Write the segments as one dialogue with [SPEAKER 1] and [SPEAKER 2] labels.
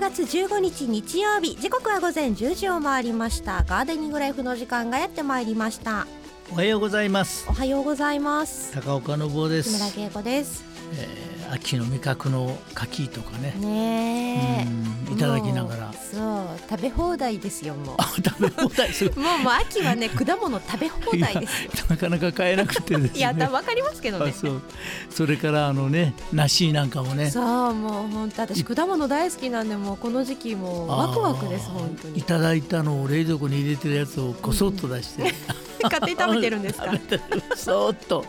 [SPEAKER 1] 月15日日曜日時刻は午前10時を回りましたガーデニングライフの時間がやってまいりました
[SPEAKER 2] おはようございます
[SPEAKER 1] おはようございます
[SPEAKER 2] 高岡信夫で
[SPEAKER 1] 木村
[SPEAKER 2] す、
[SPEAKER 1] 恵子です
[SPEAKER 2] えー、秋の味覚の柿とかね
[SPEAKER 1] ねえ
[SPEAKER 2] うんいただきなが
[SPEAKER 1] も
[SPEAKER 2] ら
[SPEAKER 1] うそう食べ放題ですよも
[SPEAKER 2] あ食べ放題する
[SPEAKER 1] うもうもう秋は ね果物食べ放題ですよ
[SPEAKER 2] なかなか買えなくてですね
[SPEAKER 1] いやわかりますけど
[SPEAKER 2] あ
[SPEAKER 1] ね
[SPEAKER 2] そうそれからあのね梨なんかもね
[SPEAKER 1] そうもう本当私果物大好きなんでもうこの時期もうワクワクです
[SPEAKER 2] あー
[SPEAKER 1] 本当に
[SPEAKER 2] いただいたのを冷蔵庫に入れてるやつをこそっと出して、
[SPEAKER 1] 買って食べてるんですか
[SPEAKER 2] そーっと、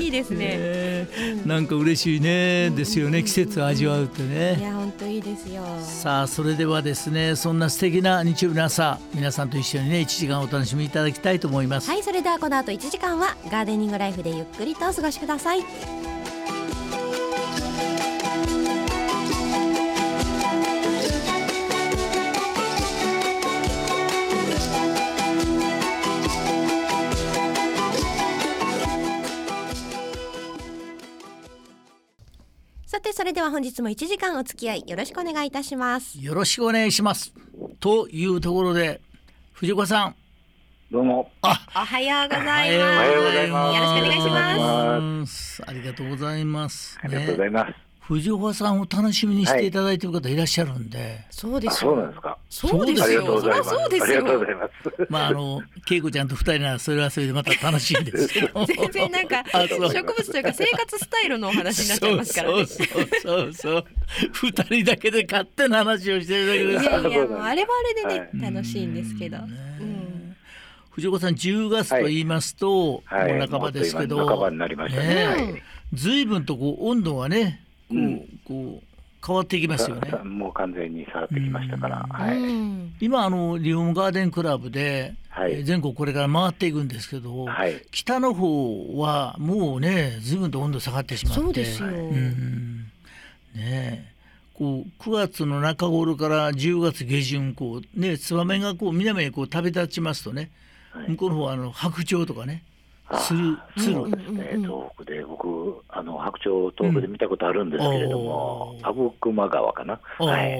[SPEAKER 1] いいですね、
[SPEAKER 2] えー
[SPEAKER 1] うん
[SPEAKER 2] なんか嬉しいね、ですよね季節を味わうってね、
[SPEAKER 1] いや本当いいですよ
[SPEAKER 2] さあそれではですねそんな素敵な日曜日の朝皆さんと一緒にね1時間お楽しみいただきたいと思います、
[SPEAKER 1] はいそれではこの後1時間はガーデニングライフでゆっくりとお過ごしくださいさてそれでは本日も1時間お付き合いよろしくお願いいたします
[SPEAKER 2] よろしくお願いしますというところで藤岡さん
[SPEAKER 3] どうも。
[SPEAKER 1] おはようござい
[SPEAKER 2] お
[SPEAKER 1] ま
[SPEAKER 2] は
[SPEAKER 1] す
[SPEAKER 2] よう
[SPEAKER 3] ございます
[SPEAKER 1] よろしくお願いします
[SPEAKER 2] すありがとうございます、
[SPEAKER 3] ありがとうござ
[SPEAKER 2] ね
[SPEAKER 3] います。
[SPEAKER 2] 藤岡さんを楽しみにしていただいている方いらっしゃるんで、
[SPEAKER 1] そうで
[SPEAKER 3] あ、
[SPEAKER 1] す
[SPEAKER 3] そうな
[SPEAKER 1] よ
[SPEAKER 3] んですか。
[SPEAKER 1] そうですよ。
[SPEAKER 3] ありがとうございます。
[SPEAKER 1] そりゃそうですよ。
[SPEAKER 3] ありがとうございます。
[SPEAKER 2] まああの恵子ちゃんと二人ならそれはそれでまた楽し いですけど
[SPEAKER 1] 全然なんか
[SPEAKER 2] あ
[SPEAKER 1] 植
[SPEAKER 2] そう
[SPEAKER 1] 物というか生活スタイルのお話になっちゃいますから
[SPEAKER 2] そう
[SPEAKER 1] ね。
[SPEAKER 2] そうそうそう二人だけで勝手な話をしてるだけ
[SPEAKER 1] い
[SPEAKER 2] です
[SPEAKER 1] やいやもう
[SPEAKER 3] はい
[SPEAKER 1] あれはあれでね、
[SPEAKER 2] はい
[SPEAKER 1] 楽しいんですけど。
[SPEAKER 2] う
[SPEAKER 1] うんん
[SPEAKER 2] 藤岡さん10月と言いますと、
[SPEAKER 3] はい
[SPEAKER 2] もう半ばですけど、
[SPEAKER 3] もう今半ばになりましたね
[SPEAKER 1] は
[SPEAKER 2] えずいぶんとこう温度がねこう,、
[SPEAKER 3] うん
[SPEAKER 2] こう変わってきますよ ね
[SPEAKER 3] さもう完全に下がってきましたから。
[SPEAKER 2] うん
[SPEAKER 3] は
[SPEAKER 1] う
[SPEAKER 3] い。
[SPEAKER 1] ん
[SPEAKER 2] 今あのリオンガーデンクラブで、
[SPEAKER 3] はい
[SPEAKER 2] えー全国これから回っていくんですけど、
[SPEAKER 3] はい。
[SPEAKER 2] 北の方はもうねずいぶんと温度下がってしまって
[SPEAKER 1] そうですよ。
[SPEAKER 2] うんねえこう9月の中頃から10月下旬こうねツバメがこう南へこう旅立ちますとね、
[SPEAKER 3] はい
[SPEAKER 2] 向こうの方はあの白鳥とかねする
[SPEAKER 3] あ
[SPEAKER 2] 鶴
[SPEAKER 3] そうですね
[SPEAKER 1] うんうんうん。
[SPEAKER 3] 東北で僕あの白鳥東北で見たことあるんですけれども
[SPEAKER 2] う、ん
[SPEAKER 3] 阿武隈川かな。
[SPEAKER 2] あ
[SPEAKER 3] はい。
[SPEAKER 1] へ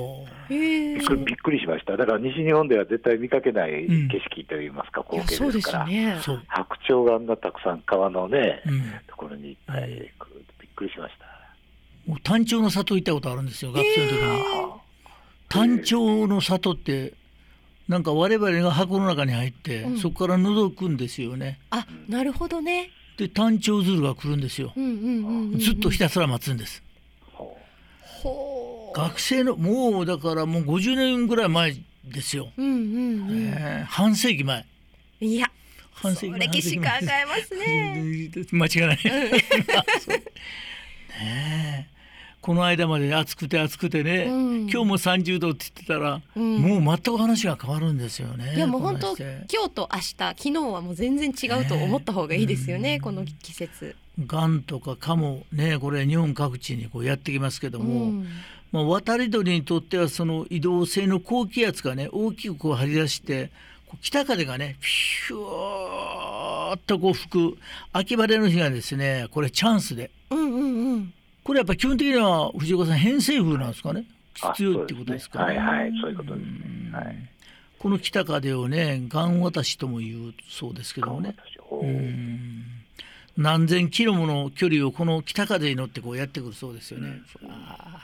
[SPEAKER 3] び
[SPEAKER 1] え
[SPEAKER 3] っくりびっくりしました。だから西日本では絶対見かけない
[SPEAKER 2] うん
[SPEAKER 3] 景色といいますか
[SPEAKER 1] い
[SPEAKER 3] 光
[SPEAKER 1] やそう
[SPEAKER 3] 景で
[SPEAKER 1] ですすよ
[SPEAKER 3] から。
[SPEAKER 1] ね。
[SPEAKER 2] そう、
[SPEAKER 3] 白鳥があんなたくさん川のね
[SPEAKER 2] うん、
[SPEAKER 3] ところにいっぱいびっくりしました。
[SPEAKER 2] もう単調の里行ったことあるんですよ学生の時に、
[SPEAKER 3] あ
[SPEAKER 2] 単調の里ってなんか我々が箱の中に入って、
[SPEAKER 1] うん
[SPEAKER 2] そこから覗くんですよね
[SPEAKER 1] あなるほどね。
[SPEAKER 2] で単調鶴が来るんですよ
[SPEAKER 1] う、んうんうんうんうん。
[SPEAKER 2] ずっとひたすら待つんです
[SPEAKER 3] ほ
[SPEAKER 1] ほう。
[SPEAKER 2] 学生のもうだからもう50年ぐらい前ですよ、
[SPEAKER 1] うんうんうん。
[SPEAKER 2] えー半世紀前
[SPEAKER 1] いや
[SPEAKER 2] 半世紀前
[SPEAKER 1] 歴史考
[SPEAKER 2] 半世紀前
[SPEAKER 1] えますね。
[SPEAKER 2] 間違いない。 そうねえこの間まで暑くて暑くてね、
[SPEAKER 1] うん
[SPEAKER 2] 今日も30度って言ってたら、
[SPEAKER 1] うん
[SPEAKER 2] もう全く話が変わるんですよね。
[SPEAKER 1] いやもう本当
[SPEAKER 2] この話
[SPEAKER 1] 今
[SPEAKER 2] で
[SPEAKER 1] 日と明日昨日はもう全然違うと思った方がいいですよ
[SPEAKER 2] ねえ
[SPEAKER 1] ね
[SPEAKER 2] うん
[SPEAKER 1] この季節。
[SPEAKER 2] がんとかかもねこれ日本各地にこうやってきますけども、
[SPEAKER 1] うん
[SPEAKER 2] まあ、渡り鳥にとってはその移動性の高気圧がね大きくこう張り出してこう北風がねピューっとこう吹く秋晴れの日がですねこれチャンスで
[SPEAKER 1] うんうんうん。
[SPEAKER 2] これやっぱ基本的には藤岡さん偏西風なんですかね
[SPEAKER 3] うあ
[SPEAKER 2] 強いってことですか、
[SPEAKER 3] そうねはいはい、そういうことですね。はい。
[SPEAKER 2] この北風をね岸渡しとも言うそうですけどもね
[SPEAKER 3] お
[SPEAKER 2] う
[SPEAKER 3] ー
[SPEAKER 2] ん何千キロもの距離をこの北風に乗ってこうやってくるそうですよね、あ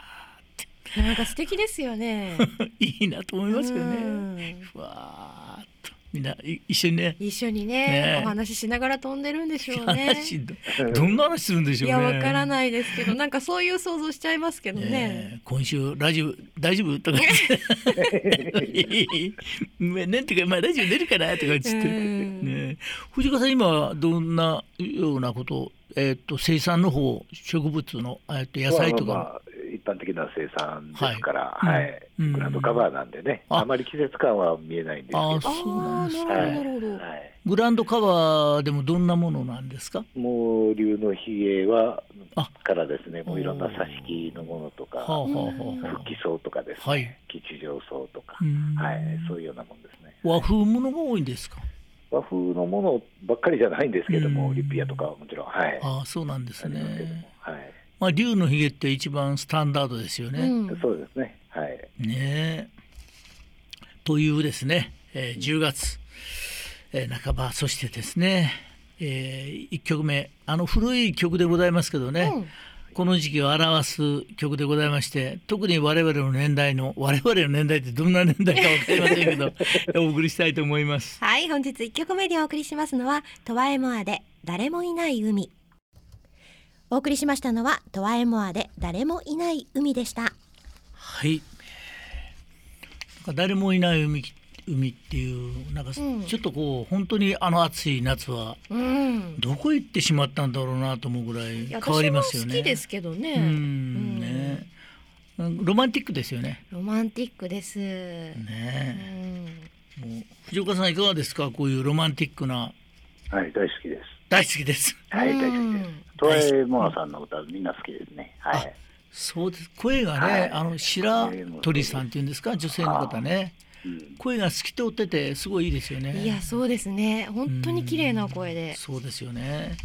[SPEAKER 1] なんか素敵ですよね。
[SPEAKER 2] ーいいなと 思いますけどね、
[SPEAKER 1] うん
[SPEAKER 2] ふわーっとみんない一緒にね
[SPEAKER 1] 一緒に
[SPEAKER 2] ね
[SPEAKER 1] ね
[SPEAKER 2] え
[SPEAKER 1] お話ししながら飛んでるんでしょうね。
[SPEAKER 2] 話どどんな話するんでしょ
[SPEAKER 1] いう
[SPEAKER 2] ね
[SPEAKER 1] やわから
[SPEAKER 2] い
[SPEAKER 1] ないですけどなんかそういう想像しちゃいますけどね。
[SPEAKER 2] 今週ラジオ大丈夫とか 言ってごめんねとか、まあ、ラジオ出るからとか言って、
[SPEAKER 1] うん
[SPEAKER 2] ね、藤川さん今はどんなようなこと、えっと生産の方植物の、えっと野菜と
[SPEAKER 3] まあ
[SPEAKER 2] か
[SPEAKER 3] まあ一般的な生産ですから、
[SPEAKER 2] は
[SPEAKER 3] はいい
[SPEAKER 2] うん
[SPEAKER 3] グラウンドカバーなんでね、
[SPEAKER 2] あ
[SPEAKER 3] あまり季節感は見えないんですけど、
[SPEAKER 2] あ
[SPEAKER 3] は
[SPEAKER 2] ーそうなんですね
[SPEAKER 1] あーなるほどなるほど。
[SPEAKER 3] い、
[SPEAKER 2] グラウンドカバーでもどんなものなんですか
[SPEAKER 3] もう竜のひげは
[SPEAKER 2] あ
[SPEAKER 3] からですね、もういろんな挿し木のものと
[SPEAKER 2] はあ
[SPEAKER 3] か、
[SPEAKER 2] はあはあは
[SPEAKER 3] 復帰草とかですね、
[SPEAKER 2] はい
[SPEAKER 3] 吉祥草とか
[SPEAKER 2] あ、うん
[SPEAKER 3] はい、そういうようなもんですね。
[SPEAKER 2] 和風ものが多いんですか
[SPEAKER 3] 和風のものばっかりじゃないんですけども、
[SPEAKER 2] うん
[SPEAKER 3] リピアとかはもちろん、はい、
[SPEAKER 2] ああそうなんです
[SPEAKER 3] ありますけども
[SPEAKER 2] ね
[SPEAKER 3] はい、
[SPEAKER 2] まあ、竜のひげって一番スタンダードですよね、
[SPEAKER 1] うん
[SPEAKER 3] そうですね、はい、
[SPEAKER 2] ねえというですね、えー10月、えー半ばそしてですね、え1曲目あの古い曲でございますけどね、
[SPEAKER 4] うん
[SPEAKER 2] この時期を表す曲でございまして特に我々の年代の我々の年代ってどんな年代か分かりませんけどお送りしたいと思います。
[SPEAKER 4] はい、本日一曲目でお送りしますのは、トワエモアで誰もいない海。お送りしましたのは、トワエモアで誰もいない海でした。
[SPEAKER 2] はい。なんか誰もいない海海っていうなんかち
[SPEAKER 4] うん
[SPEAKER 2] ょっとこう、本当にあの暑い夏は
[SPEAKER 4] うん。
[SPEAKER 2] どこ行ってしまったんだろうなと思うぐらい
[SPEAKER 1] い
[SPEAKER 2] 変
[SPEAKER 1] や
[SPEAKER 2] わりますよね。
[SPEAKER 1] 私も好きですけどね。
[SPEAKER 2] うんね。ロマンティックですよね。
[SPEAKER 1] ロマンティックです。う
[SPEAKER 2] ね
[SPEAKER 1] ん
[SPEAKER 2] え。もう藤岡さんいかがですかこういうロマンティックな
[SPEAKER 3] はい、大好きです。
[SPEAKER 2] 大好きです。
[SPEAKER 3] はい、大
[SPEAKER 1] う
[SPEAKER 3] 好きです。
[SPEAKER 1] ん
[SPEAKER 3] トワエモアさんの歌、みんな好きですね。はい。
[SPEAKER 2] そうです声がね、
[SPEAKER 3] はい
[SPEAKER 2] あの白鳥さんっていうんですか女性の方ね
[SPEAKER 3] うん
[SPEAKER 2] 声が透き通っててすごいいいですよね。
[SPEAKER 1] いやそうですね。本当に綺麗な声で。
[SPEAKER 2] そうですよね。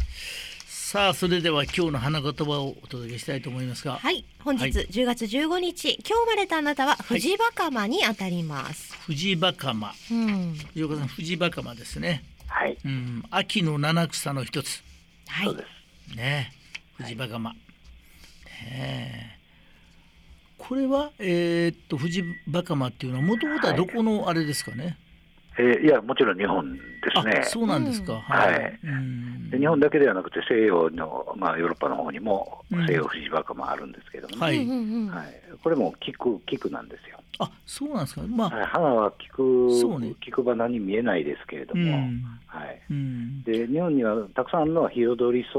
[SPEAKER 2] さあそれでは今日の花言葉をお届けしたいと思いますが、
[SPEAKER 1] はい。本
[SPEAKER 2] はい
[SPEAKER 1] 日10月15日、今日生まれたあなたは藤バカマにあたります。
[SPEAKER 2] 藤バカマ
[SPEAKER 1] うん。
[SPEAKER 2] 藤岡さん藤バカマですね。
[SPEAKER 3] はい。
[SPEAKER 2] うん秋の七草の一つ
[SPEAKER 1] は
[SPEAKER 3] そう
[SPEAKER 1] い
[SPEAKER 3] です。。
[SPEAKER 2] ね藤バカマ、ねえこれはえーっと藤バカマっていうのはもともとはどこのあれですかね。
[SPEAKER 3] えーいや、もちろん日本ですね。
[SPEAKER 2] あそうなんですか。
[SPEAKER 1] うん
[SPEAKER 3] はい
[SPEAKER 2] うん
[SPEAKER 3] で日本だけではなくて西洋の、まあ、ヨーロッパの方にも
[SPEAKER 2] うん
[SPEAKER 3] 西洋藤バカもあるんですけども、
[SPEAKER 2] はい
[SPEAKER 1] うんうんうん。
[SPEAKER 3] はいこれも菊菊なんですよ、
[SPEAKER 2] あそうなんですか。まあ、
[SPEAKER 3] はい、花は菊,、
[SPEAKER 2] そうね
[SPEAKER 3] 菊花に見えないですけれど
[SPEAKER 2] う
[SPEAKER 3] も、
[SPEAKER 2] ん
[SPEAKER 3] はい、
[SPEAKER 2] うん
[SPEAKER 3] で日本にはたくさんの彩り草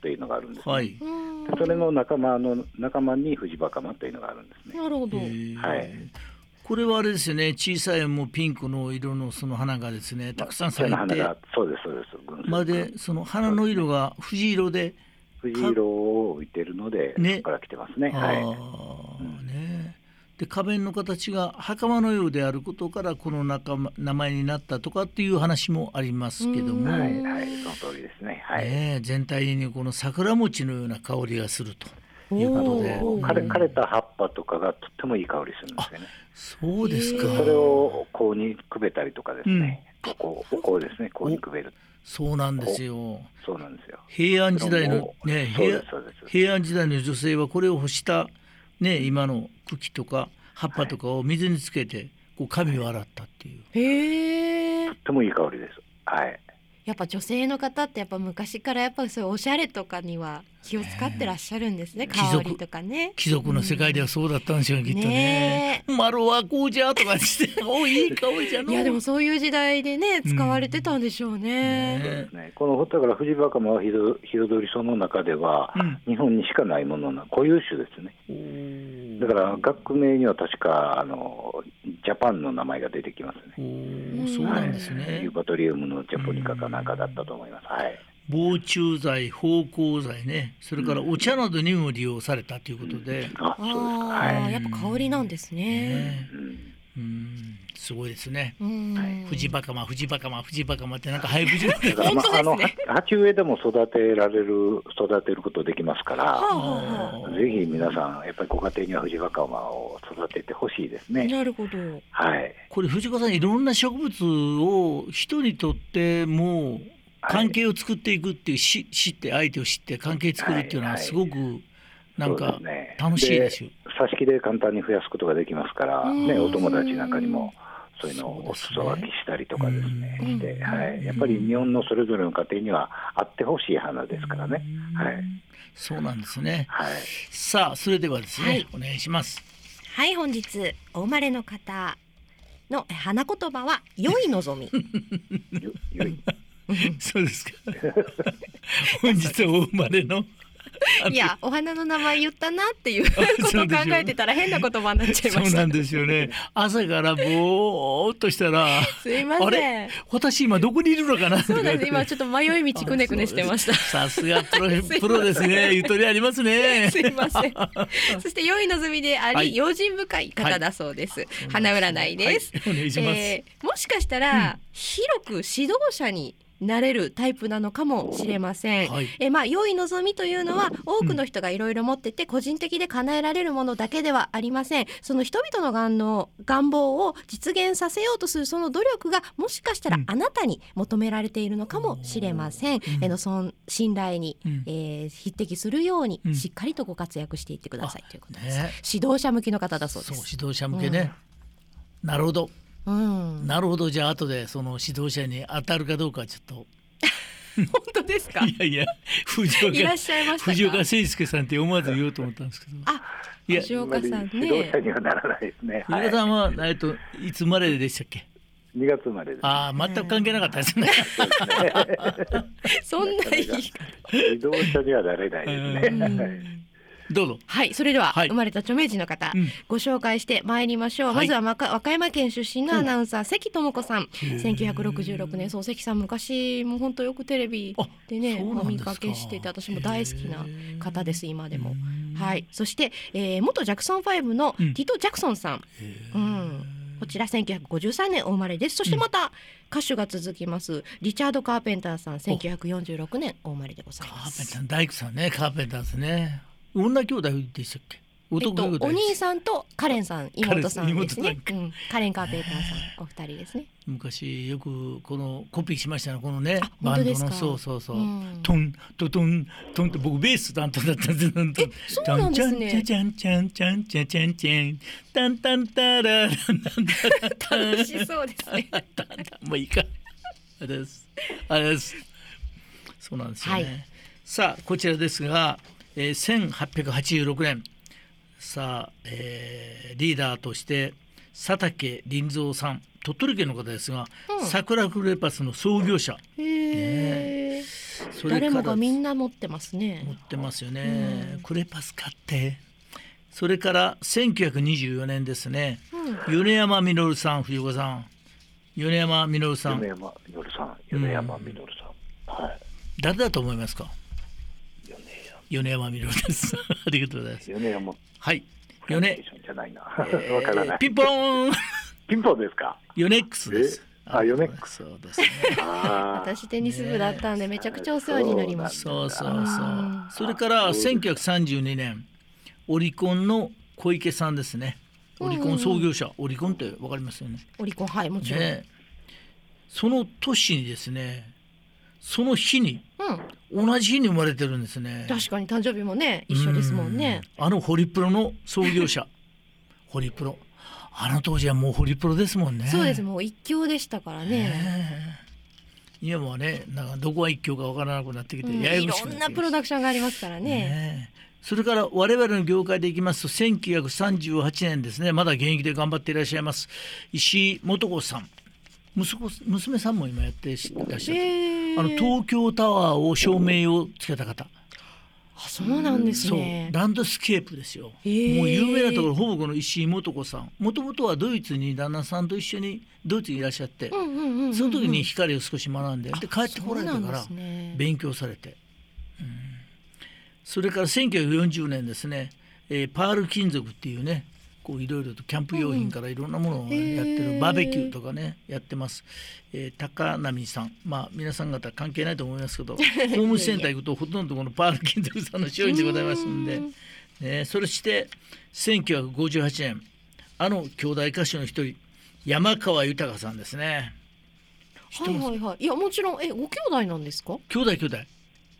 [SPEAKER 3] というのがあるんですね、
[SPEAKER 2] はい。
[SPEAKER 1] うん
[SPEAKER 3] それの仲間の仲間に藤バカマというのがあるんですね
[SPEAKER 1] なるほど。
[SPEAKER 3] は
[SPEAKER 2] はい
[SPEAKER 3] い。
[SPEAKER 2] これはあれですよね。小さいもうピンクの色のその花がですね、たくさん咲
[SPEAKER 3] まあ
[SPEAKER 2] い
[SPEAKER 3] それ
[SPEAKER 2] て
[SPEAKER 3] の花、がそうですそうです群生
[SPEAKER 2] までその花の色が藤色で、
[SPEAKER 3] 藤色を置いてるので、
[SPEAKER 2] ね
[SPEAKER 3] そこから来てますね
[SPEAKER 2] あ
[SPEAKER 3] はい
[SPEAKER 2] あね。で花弁の形が袴のようであることからこの仲間名前になったとかっていう話もありますけど
[SPEAKER 1] う
[SPEAKER 2] も、
[SPEAKER 1] ん
[SPEAKER 3] はいはいその通りですねはい、
[SPEAKER 2] ねえ全体にこの桜餅のような香りがすると。
[SPEAKER 1] お
[SPEAKER 2] いうことで
[SPEAKER 1] ー
[SPEAKER 3] 枯れ枯れた葉っぱとかがとってもいい香りするんですよね。
[SPEAKER 2] そうですか。
[SPEAKER 1] あ
[SPEAKER 3] それをこうにくべたりとかですね。こうお香ですね。こうにくべる。
[SPEAKER 2] そうなんですよ。
[SPEAKER 3] そうなんですよ。
[SPEAKER 2] 平安時代のね
[SPEAKER 3] そうで
[SPEAKER 2] 平
[SPEAKER 3] すそうです。
[SPEAKER 2] 平安時代の女性はこれを干したね今の茎とか葉っぱとかを水につけてこう髪を洗ったっていう。
[SPEAKER 1] へえ。
[SPEAKER 3] とってもいい香りです。はい。
[SPEAKER 1] やっぱ女性の方ってやっぱ昔からやっぱそういうおしゃれとかには気を使ってらっしゃるんですね。
[SPEAKER 2] 貴族
[SPEAKER 1] 香りとかね。
[SPEAKER 2] 貴族の世界ではそうだったんでしょうね、きっとね。
[SPEAKER 1] ねえ。
[SPEAKER 2] マロはこうじゃとかして、 おいい香りじゃの。
[SPEAKER 1] いやでもそういう時代でね
[SPEAKER 2] うん
[SPEAKER 1] 使われてたんでしょうね。
[SPEAKER 3] そうで
[SPEAKER 2] ね
[SPEAKER 3] すね。このだから藤バカマはひど彩りその中では
[SPEAKER 2] うん
[SPEAKER 3] 日本にしかないものな固有種ですね。
[SPEAKER 2] え
[SPEAKER 3] だから学名には確かあのジャパンの名前が出てきますね。
[SPEAKER 2] おーそうなんです
[SPEAKER 3] はい
[SPEAKER 2] ね
[SPEAKER 3] ユ。ーパトリウムのジャポニカかなんかだったと思います。はい。
[SPEAKER 2] 防虫剤、芳香剤ね、それからお茶などにも利用されたということで。
[SPEAKER 3] あ、そうですか。は
[SPEAKER 1] ああ、
[SPEAKER 2] い
[SPEAKER 1] やっぱ香りなんですね。
[SPEAKER 2] ね
[SPEAKER 3] い。うん
[SPEAKER 2] えうん、すごいですね。
[SPEAKER 1] うん。
[SPEAKER 2] 藤バカマ藤バカマ藤バカマってなんか 早口だけど
[SPEAKER 3] だからまああの
[SPEAKER 1] 本当ですね
[SPEAKER 3] は鉢植えでも育てられる育てることできますから、
[SPEAKER 1] はあはあは
[SPEAKER 3] ぜひ皆さんやっぱりご家庭には藤若馬を育ててほしいです
[SPEAKER 1] あ。
[SPEAKER 3] ね。
[SPEAKER 1] なるほど。
[SPEAKER 3] はい。
[SPEAKER 2] これ藤子さんいろんな植物を人にとってもう関係を作っていくっていうし知って相手を知って関係作るっていうのは
[SPEAKER 3] はい
[SPEAKER 2] すごくなん
[SPEAKER 3] そうで
[SPEAKER 2] か
[SPEAKER 3] すね
[SPEAKER 2] 楽しいですよ。
[SPEAKER 3] 挿し木で簡単に増やすことができますから、
[SPEAKER 1] うん
[SPEAKER 3] ねお友達なんかにも。そういうのをお
[SPEAKER 2] そ
[SPEAKER 3] 裾
[SPEAKER 2] うです
[SPEAKER 3] 分
[SPEAKER 2] ね
[SPEAKER 3] けしたりとかですね、
[SPEAKER 1] うん
[SPEAKER 3] して、
[SPEAKER 1] うん
[SPEAKER 3] はい、やっぱり日本のそれぞれの家庭にはあってほしい花ですからね。はい、
[SPEAKER 2] そうなんですね。
[SPEAKER 3] はい、
[SPEAKER 2] さあそれではですね、
[SPEAKER 1] はい
[SPEAKER 2] お願い します。
[SPEAKER 1] はい、本日お生まれの方の花言葉は良い望 み。
[SPEAKER 3] よよい、
[SPEAKER 2] そうです か。本日お生まれの
[SPEAKER 1] いや、お花の名前言ったなっていうこと
[SPEAKER 2] そ
[SPEAKER 1] を
[SPEAKER 2] う
[SPEAKER 1] 考
[SPEAKER 2] でしょ
[SPEAKER 1] えてたら変な言葉になっちゃい
[SPEAKER 2] そ
[SPEAKER 1] ま
[SPEAKER 2] う
[SPEAKER 1] し
[SPEAKER 2] な
[SPEAKER 1] た
[SPEAKER 2] ん。ですよね。朝からぼーっとしたら。
[SPEAKER 1] すいま
[SPEAKER 2] あ
[SPEAKER 1] せ
[SPEAKER 2] れ
[SPEAKER 1] ん。
[SPEAKER 2] 私今どこにいるのかな
[SPEAKER 1] そうなんです。今ちょっと迷い
[SPEAKER 2] あ
[SPEAKER 1] 道くねくねしてました。
[SPEAKER 2] そうですさすがプロ
[SPEAKER 1] すいま せん
[SPEAKER 2] プロですね。ゆとりありますね。
[SPEAKER 1] すいま せん。そして良い望みであり、
[SPEAKER 2] はい
[SPEAKER 1] 用心深い方だそうです。花占いです。
[SPEAKER 2] はいお願いします。
[SPEAKER 1] えーもしかしたら、広く指導者になれるタイプなのかもしれません。
[SPEAKER 2] はい。
[SPEAKER 1] えまあ、良い望みというのは多くの人がいろいろ持ってて個人的で叶えられるものだけではありませんその人々の願望願望を実現させようとするその努力がもしかしたら
[SPEAKER 2] うん
[SPEAKER 1] あなたに求められているのかもしれません、
[SPEAKER 2] ん
[SPEAKER 1] えのその信頼に、
[SPEAKER 2] うん
[SPEAKER 1] えー匹敵するように
[SPEAKER 2] うん
[SPEAKER 1] しっかりとご活躍していってくださいということです、
[SPEAKER 2] ね
[SPEAKER 1] 指導者向きの方だそうで
[SPEAKER 2] そう
[SPEAKER 1] す
[SPEAKER 2] 指導者向けね、なるほど
[SPEAKER 1] うん、
[SPEAKER 2] なるほどじゃあ後でその指導者に当たるかどうかちょっと
[SPEAKER 1] 本当ですか
[SPEAKER 2] いやい や藤
[SPEAKER 1] いら
[SPEAKER 2] 岡
[SPEAKER 1] っしゃいましたか
[SPEAKER 2] 藤岡誠介さんって思わず言おうと思ったんですけど
[SPEAKER 1] あ
[SPEAKER 2] いや
[SPEAKER 1] 藤岡さん
[SPEAKER 3] 指導
[SPEAKER 1] ね
[SPEAKER 3] 者にはならないですね。は
[SPEAKER 2] 藤
[SPEAKER 3] い
[SPEAKER 2] 岡、さんは、えっといつ生まれでしたっけ
[SPEAKER 3] 2月生まれです。
[SPEAKER 2] ああ全く関係なかった ですね、
[SPEAKER 1] そんな言い方
[SPEAKER 3] 指導者にはなれないですね。
[SPEAKER 1] うん
[SPEAKER 3] はい
[SPEAKER 2] どうぞ
[SPEAKER 1] はい、それでは、
[SPEAKER 2] はい
[SPEAKER 1] 生まれた著名人の方、
[SPEAKER 2] うん
[SPEAKER 1] ご紹介してまいりましょう。
[SPEAKER 2] はい
[SPEAKER 1] まずはまか和歌山県出身のアナウンサー、関智子さん。1966年、そう関さん昔も本当よくテレビ
[SPEAKER 2] あ
[SPEAKER 1] でね、
[SPEAKER 2] そうな
[SPEAKER 1] お
[SPEAKER 2] ん
[SPEAKER 1] 見
[SPEAKER 2] ですか
[SPEAKER 1] かけしてて、私も大好きな方です、今でも。はいい、そして、えー元ジャクソン5の
[SPEAKER 2] うん
[SPEAKER 1] ティト・ジャクソンさん、うんこちら1953年お生まれですそしてまた歌手が続きます、リチャード・カーペンターさん1946年お生まれでござい
[SPEAKER 2] カ
[SPEAKER 1] ま
[SPEAKER 2] ー
[SPEAKER 1] す
[SPEAKER 2] ペンター大工さんねカーペンターですね女兄弟でしたっけ
[SPEAKER 1] えっ
[SPEAKER 2] 男
[SPEAKER 1] と
[SPEAKER 2] 兄弟、
[SPEAKER 1] お
[SPEAKER 2] です
[SPEAKER 1] 兄さんとカレンさん
[SPEAKER 2] カレン
[SPEAKER 1] 妹さんですね
[SPEAKER 2] 妹
[SPEAKER 1] う
[SPEAKER 2] さ
[SPEAKER 1] ん、カレンカーペー ターさんお二人ですね
[SPEAKER 2] 昔よくこのコピーしましたねこのね
[SPEAKER 1] あ
[SPEAKER 2] バ
[SPEAKER 1] 本当
[SPEAKER 2] ンド
[SPEAKER 1] です
[SPEAKER 2] の
[SPEAKER 1] か
[SPEAKER 2] そうそうそう、
[SPEAKER 1] うん
[SPEAKER 2] トントトントンって僕ベース担当だったんですえ
[SPEAKER 1] そうなんですね
[SPEAKER 2] チャンチャンチャンチャンチャンチャンチャンタンタンタララタンタン
[SPEAKER 1] 楽しそうです ね
[SPEAKER 2] タンタンもういいかあれですあれですそうなんですよね、
[SPEAKER 1] はい
[SPEAKER 2] さあこちらですが、えー、1886年さあ、えーリーダーとして佐竹林三さん鳥取県の方ですが、
[SPEAKER 1] うん
[SPEAKER 2] 桜クレパスの創業者
[SPEAKER 1] へー
[SPEAKER 2] それ
[SPEAKER 1] 誰
[SPEAKER 2] か
[SPEAKER 1] もが
[SPEAKER 2] ら
[SPEAKER 1] み
[SPEAKER 2] 持
[SPEAKER 1] んな持ってますね
[SPEAKER 2] ってますよね、クレパス買ってそれから1924年ですね
[SPEAKER 1] うん
[SPEAKER 2] 米山実さん冬子さん米山実さ
[SPEAKER 3] 米
[SPEAKER 2] ん
[SPEAKER 3] 山みのるさん、米山みのるさん。はい。
[SPEAKER 2] 誰だと思いますか
[SPEAKER 3] 米山。
[SPEAKER 2] 米山実です ありがとうございます
[SPEAKER 3] 米山。
[SPEAKER 2] はい
[SPEAKER 3] 米
[SPEAKER 2] 米
[SPEAKER 3] じゃないな。 わからな
[SPEAKER 2] えー
[SPEAKER 3] い。
[SPEAKER 2] ピンポーン
[SPEAKER 3] ピンポンですか。
[SPEAKER 2] ヨネックスです
[SPEAKER 3] えあヨネッ
[SPEAKER 2] クスそうですね
[SPEAKER 3] あー
[SPEAKER 1] 私テニス部だったんでめちゃくちゃお世話になりまし
[SPEAKER 2] そう そうそう
[SPEAKER 1] うん
[SPEAKER 2] それから
[SPEAKER 3] そうで
[SPEAKER 2] 1932年オリコンの小池さんですねオリコン創業者オリコンってわかりますよね
[SPEAKER 1] たオリコンはいもちろん、
[SPEAKER 2] ね、その年にですねその日に
[SPEAKER 1] うん
[SPEAKER 2] 同じ日に生まれてるんですね
[SPEAKER 1] 確かに誕生日もね一緒ですもんね
[SPEAKER 2] うあのホリプロの創 業者ホリプロあの当時はもうホリプロですもんね
[SPEAKER 1] そうですもう一強でしたからね、
[SPEAKER 2] ねえ今はねなんかどこが一挙かわからなくなってきて、
[SPEAKER 1] うん
[SPEAKER 2] やや
[SPEAKER 1] い
[SPEAKER 2] こ
[SPEAKER 1] ろ
[SPEAKER 2] しく
[SPEAKER 1] ん
[SPEAKER 2] なっ
[SPEAKER 1] な
[SPEAKER 2] てき
[SPEAKER 1] プロ
[SPEAKER 2] ました
[SPEAKER 1] ダクションがありますからね
[SPEAKER 2] ねえそれから我々の業界でいきますと1938年ですねまだ現役で頑張っていらっしゃいます石井素子さん息子娘さんも今やってしいらっしゃる、
[SPEAKER 1] へー
[SPEAKER 2] あの東京タワーを照明をつけた方、
[SPEAKER 1] あそうなんです
[SPEAKER 2] そう
[SPEAKER 1] ね
[SPEAKER 2] ランドスケープですよ、
[SPEAKER 1] へー
[SPEAKER 2] もう有名なところほぼこの石井素子さんもともとはドイツに旦那さんと一緒にドイツにいらっしゃって、
[SPEAKER 1] うんうんうんうんうん
[SPEAKER 2] その時に光を少し学んでで帰ってこられたから
[SPEAKER 1] そうなんですね
[SPEAKER 2] 勉強されて、うんそれから1940年ですね、えーパール金属っていうねこういろいろとキャンプ用品からいろんなものを
[SPEAKER 1] うん
[SPEAKER 2] やってる、
[SPEAKER 1] へー
[SPEAKER 2] バーベキューとかねやってます、えー高波さんまあ皆さん方関係ないと思います けどホームセンター行くとほとんどこのパール金属さんの商品でございますんで
[SPEAKER 1] うん
[SPEAKER 2] ね、それして1958年あの兄弟歌手の一人山川豊さんですね知って
[SPEAKER 1] はい
[SPEAKER 2] ます
[SPEAKER 1] はいはい。いやもちろんえご兄弟なんですか？
[SPEAKER 2] 兄弟兄弟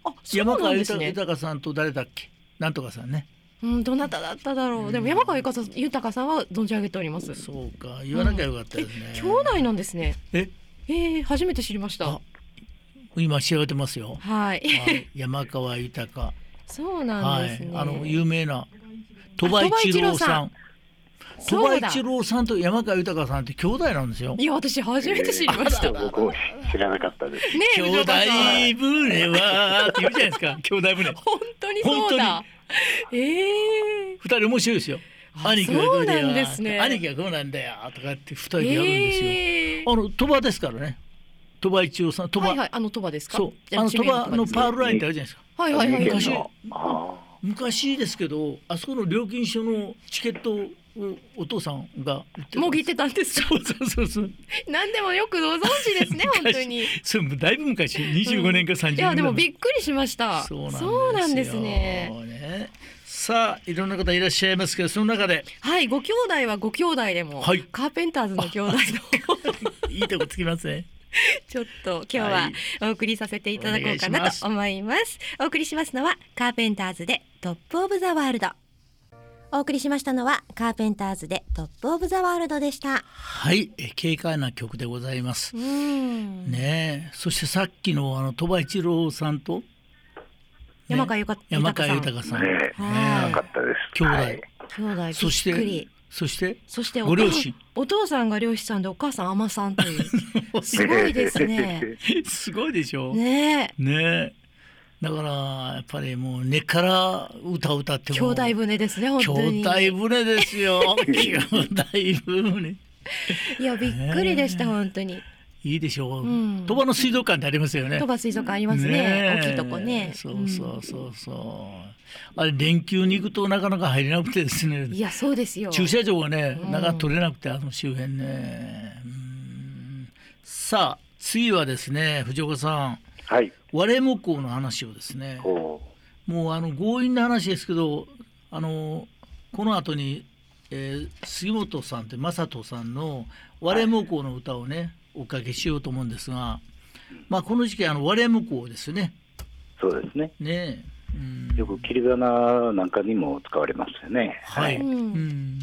[SPEAKER 1] あそう
[SPEAKER 2] 山
[SPEAKER 1] な
[SPEAKER 2] 川
[SPEAKER 1] んです
[SPEAKER 2] 豊,、
[SPEAKER 1] ね。
[SPEAKER 2] さんと誰だっけなんとかさんね
[SPEAKER 1] うんどなただっただろう。でも山川豊さん豊さんは存じ上げております。
[SPEAKER 2] そうか言わなきゃよかったですね、
[SPEAKER 1] 兄弟なんですね。
[SPEAKER 2] え
[SPEAKER 1] えー、初めて知りました
[SPEAKER 2] あ。今調べてますよ
[SPEAKER 1] はい。
[SPEAKER 2] はい山川豊、
[SPEAKER 1] そうな
[SPEAKER 2] は
[SPEAKER 1] んです
[SPEAKER 2] い
[SPEAKER 1] ね。、
[SPEAKER 2] あの有名な鳥羽一郎さん鳥
[SPEAKER 1] そう
[SPEAKER 2] 羽
[SPEAKER 1] だ
[SPEAKER 2] 一。郎さんと山川豊さんって兄弟なんですよ
[SPEAKER 1] いや私初めて知りました。ね
[SPEAKER 3] 僕も知らなかったです。
[SPEAKER 1] え
[SPEAKER 2] 兄
[SPEAKER 1] 藤
[SPEAKER 2] 弟
[SPEAKER 1] 岡さん。
[SPEAKER 2] 船はって言うじゃないですか 兄弟船
[SPEAKER 1] 本当にそうだ。ええ
[SPEAKER 2] 二人面白いですよ
[SPEAKER 1] あ
[SPEAKER 2] 兄貴がこ
[SPEAKER 1] そ
[SPEAKER 2] うだ
[SPEAKER 1] うな
[SPEAKER 2] よ、
[SPEAKER 1] んですね
[SPEAKER 2] 兄貴がこうなんだよとかって二人
[SPEAKER 1] ー。
[SPEAKER 2] でやるんですよ、
[SPEAKER 1] えー
[SPEAKER 2] あの鳥羽ですからね鳥羽一郎さん鳥羽、
[SPEAKER 1] はいはいあの鳥羽ですか？
[SPEAKER 2] そう
[SPEAKER 1] じゃ
[SPEAKER 2] あの
[SPEAKER 1] 地
[SPEAKER 2] 鳥
[SPEAKER 1] 名
[SPEAKER 2] 羽
[SPEAKER 1] 鳥羽
[SPEAKER 2] の
[SPEAKER 1] ですね
[SPEAKER 2] パールラインってあるじゃないですか
[SPEAKER 1] はいはいはいはい
[SPEAKER 2] 昔。
[SPEAKER 3] あ
[SPEAKER 2] 昔ですけどあそこの料金所のチケットをお父さんが売ってた
[SPEAKER 1] もぎってたんですか
[SPEAKER 2] そうそうそうそう
[SPEAKER 1] 何でもよくご存知ですね本当
[SPEAKER 2] 昔
[SPEAKER 1] に。
[SPEAKER 2] それもだいぶ昔25年か30年
[SPEAKER 1] い
[SPEAKER 2] ぐら
[SPEAKER 1] やでもびっくりしました。
[SPEAKER 2] そうなんですよ
[SPEAKER 1] ね。
[SPEAKER 2] ねさあいろんな方いらっしゃいますけどその中で
[SPEAKER 1] はい、ご兄弟はご兄弟でも、
[SPEAKER 2] はい
[SPEAKER 1] カーペンターズの兄弟と
[SPEAKER 2] いい とこつきますね。
[SPEAKER 1] ちょっと今日はお送りさせていただこうかなと思います。
[SPEAKER 4] お送りしますのはカーペンターズでトップオブザワールドお送りしましたのはカーペンターズでトップオブザワールドでした
[SPEAKER 2] はい、え軽快な曲でございます。
[SPEAKER 1] うん。
[SPEAKER 2] ねえ、そしてさっきのあの鳥羽一郎さんと、ね
[SPEAKER 1] 山川ゆか
[SPEAKER 2] 山川
[SPEAKER 1] 豊
[SPEAKER 2] 豊さん、
[SPEAKER 3] ねえ、
[SPEAKER 1] はい
[SPEAKER 3] よかったで
[SPEAKER 2] 兄
[SPEAKER 3] す。
[SPEAKER 2] 弟、
[SPEAKER 3] はい
[SPEAKER 1] 兄弟びっ
[SPEAKER 2] そし
[SPEAKER 1] く
[SPEAKER 2] て
[SPEAKER 1] り。
[SPEAKER 2] そして
[SPEAKER 1] そしてお
[SPEAKER 2] ご両
[SPEAKER 1] 父
[SPEAKER 2] 親
[SPEAKER 1] お父さんが漁師さんでお母さん海女さんと いうすごいですね。
[SPEAKER 2] すごいでしょ。ね
[SPEAKER 1] ね
[SPEAKER 2] え、だからやっぱりもう根っから歌を歌って
[SPEAKER 1] え
[SPEAKER 2] も
[SPEAKER 1] 兄弟船ですね本当に
[SPEAKER 2] 兄弟船ですよ。兄弟船。
[SPEAKER 1] いやびっくりでした本当に
[SPEAKER 2] いいでしょう。
[SPEAKER 1] うん
[SPEAKER 2] 鳥羽の水族館ってありますよね
[SPEAKER 1] 鳥。羽水族館ありますね
[SPEAKER 2] ねえ
[SPEAKER 1] 大きいとこね
[SPEAKER 2] そうそううそうそう。あれ連休に行くとなかなか入れなくてですね
[SPEAKER 1] ん。いやそうですよ
[SPEAKER 2] 駐車場がね、
[SPEAKER 1] うん
[SPEAKER 2] なかなか取れなくてあの周辺ね。うんさあ次はですね藤岡さん
[SPEAKER 3] はい。
[SPEAKER 2] 割れ木工の話をですね
[SPEAKER 3] こ
[SPEAKER 2] もうあの強引な話ですけどあのこの後に、えー杉本さんって正人さんの「割れ木工」の歌をね、おかけしようと思うんですが、まあ、この時期あの割れ木工ですね。
[SPEAKER 3] う、そうですね。
[SPEAKER 2] ねえうん
[SPEAKER 3] よく切り花なんかにも使われますよね。
[SPEAKER 2] はいううんん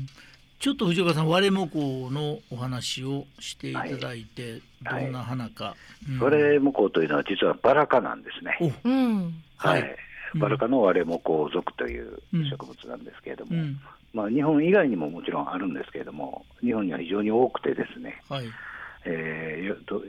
[SPEAKER 2] ちょっと藤岡さん割れもこのお話をしていただいて、
[SPEAKER 3] はい
[SPEAKER 2] どんな花か、うん
[SPEAKER 3] 割れ木工というのは実はバラ科なんですね。
[SPEAKER 2] お
[SPEAKER 1] うん
[SPEAKER 2] は
[SPEAKER 3] はいい。バラ科の割れ木工属という植物なんですけれど
[SPEAKER 2] う
[SPEAKER 3] も、
[SPEAKER 2] ん
[SPEAKER 3] まあ日本以外にももちろんあるんですけれども、日本には非常に多くてですね、
[SPEAKER 2] はい
[SPEAKER 3] えーよど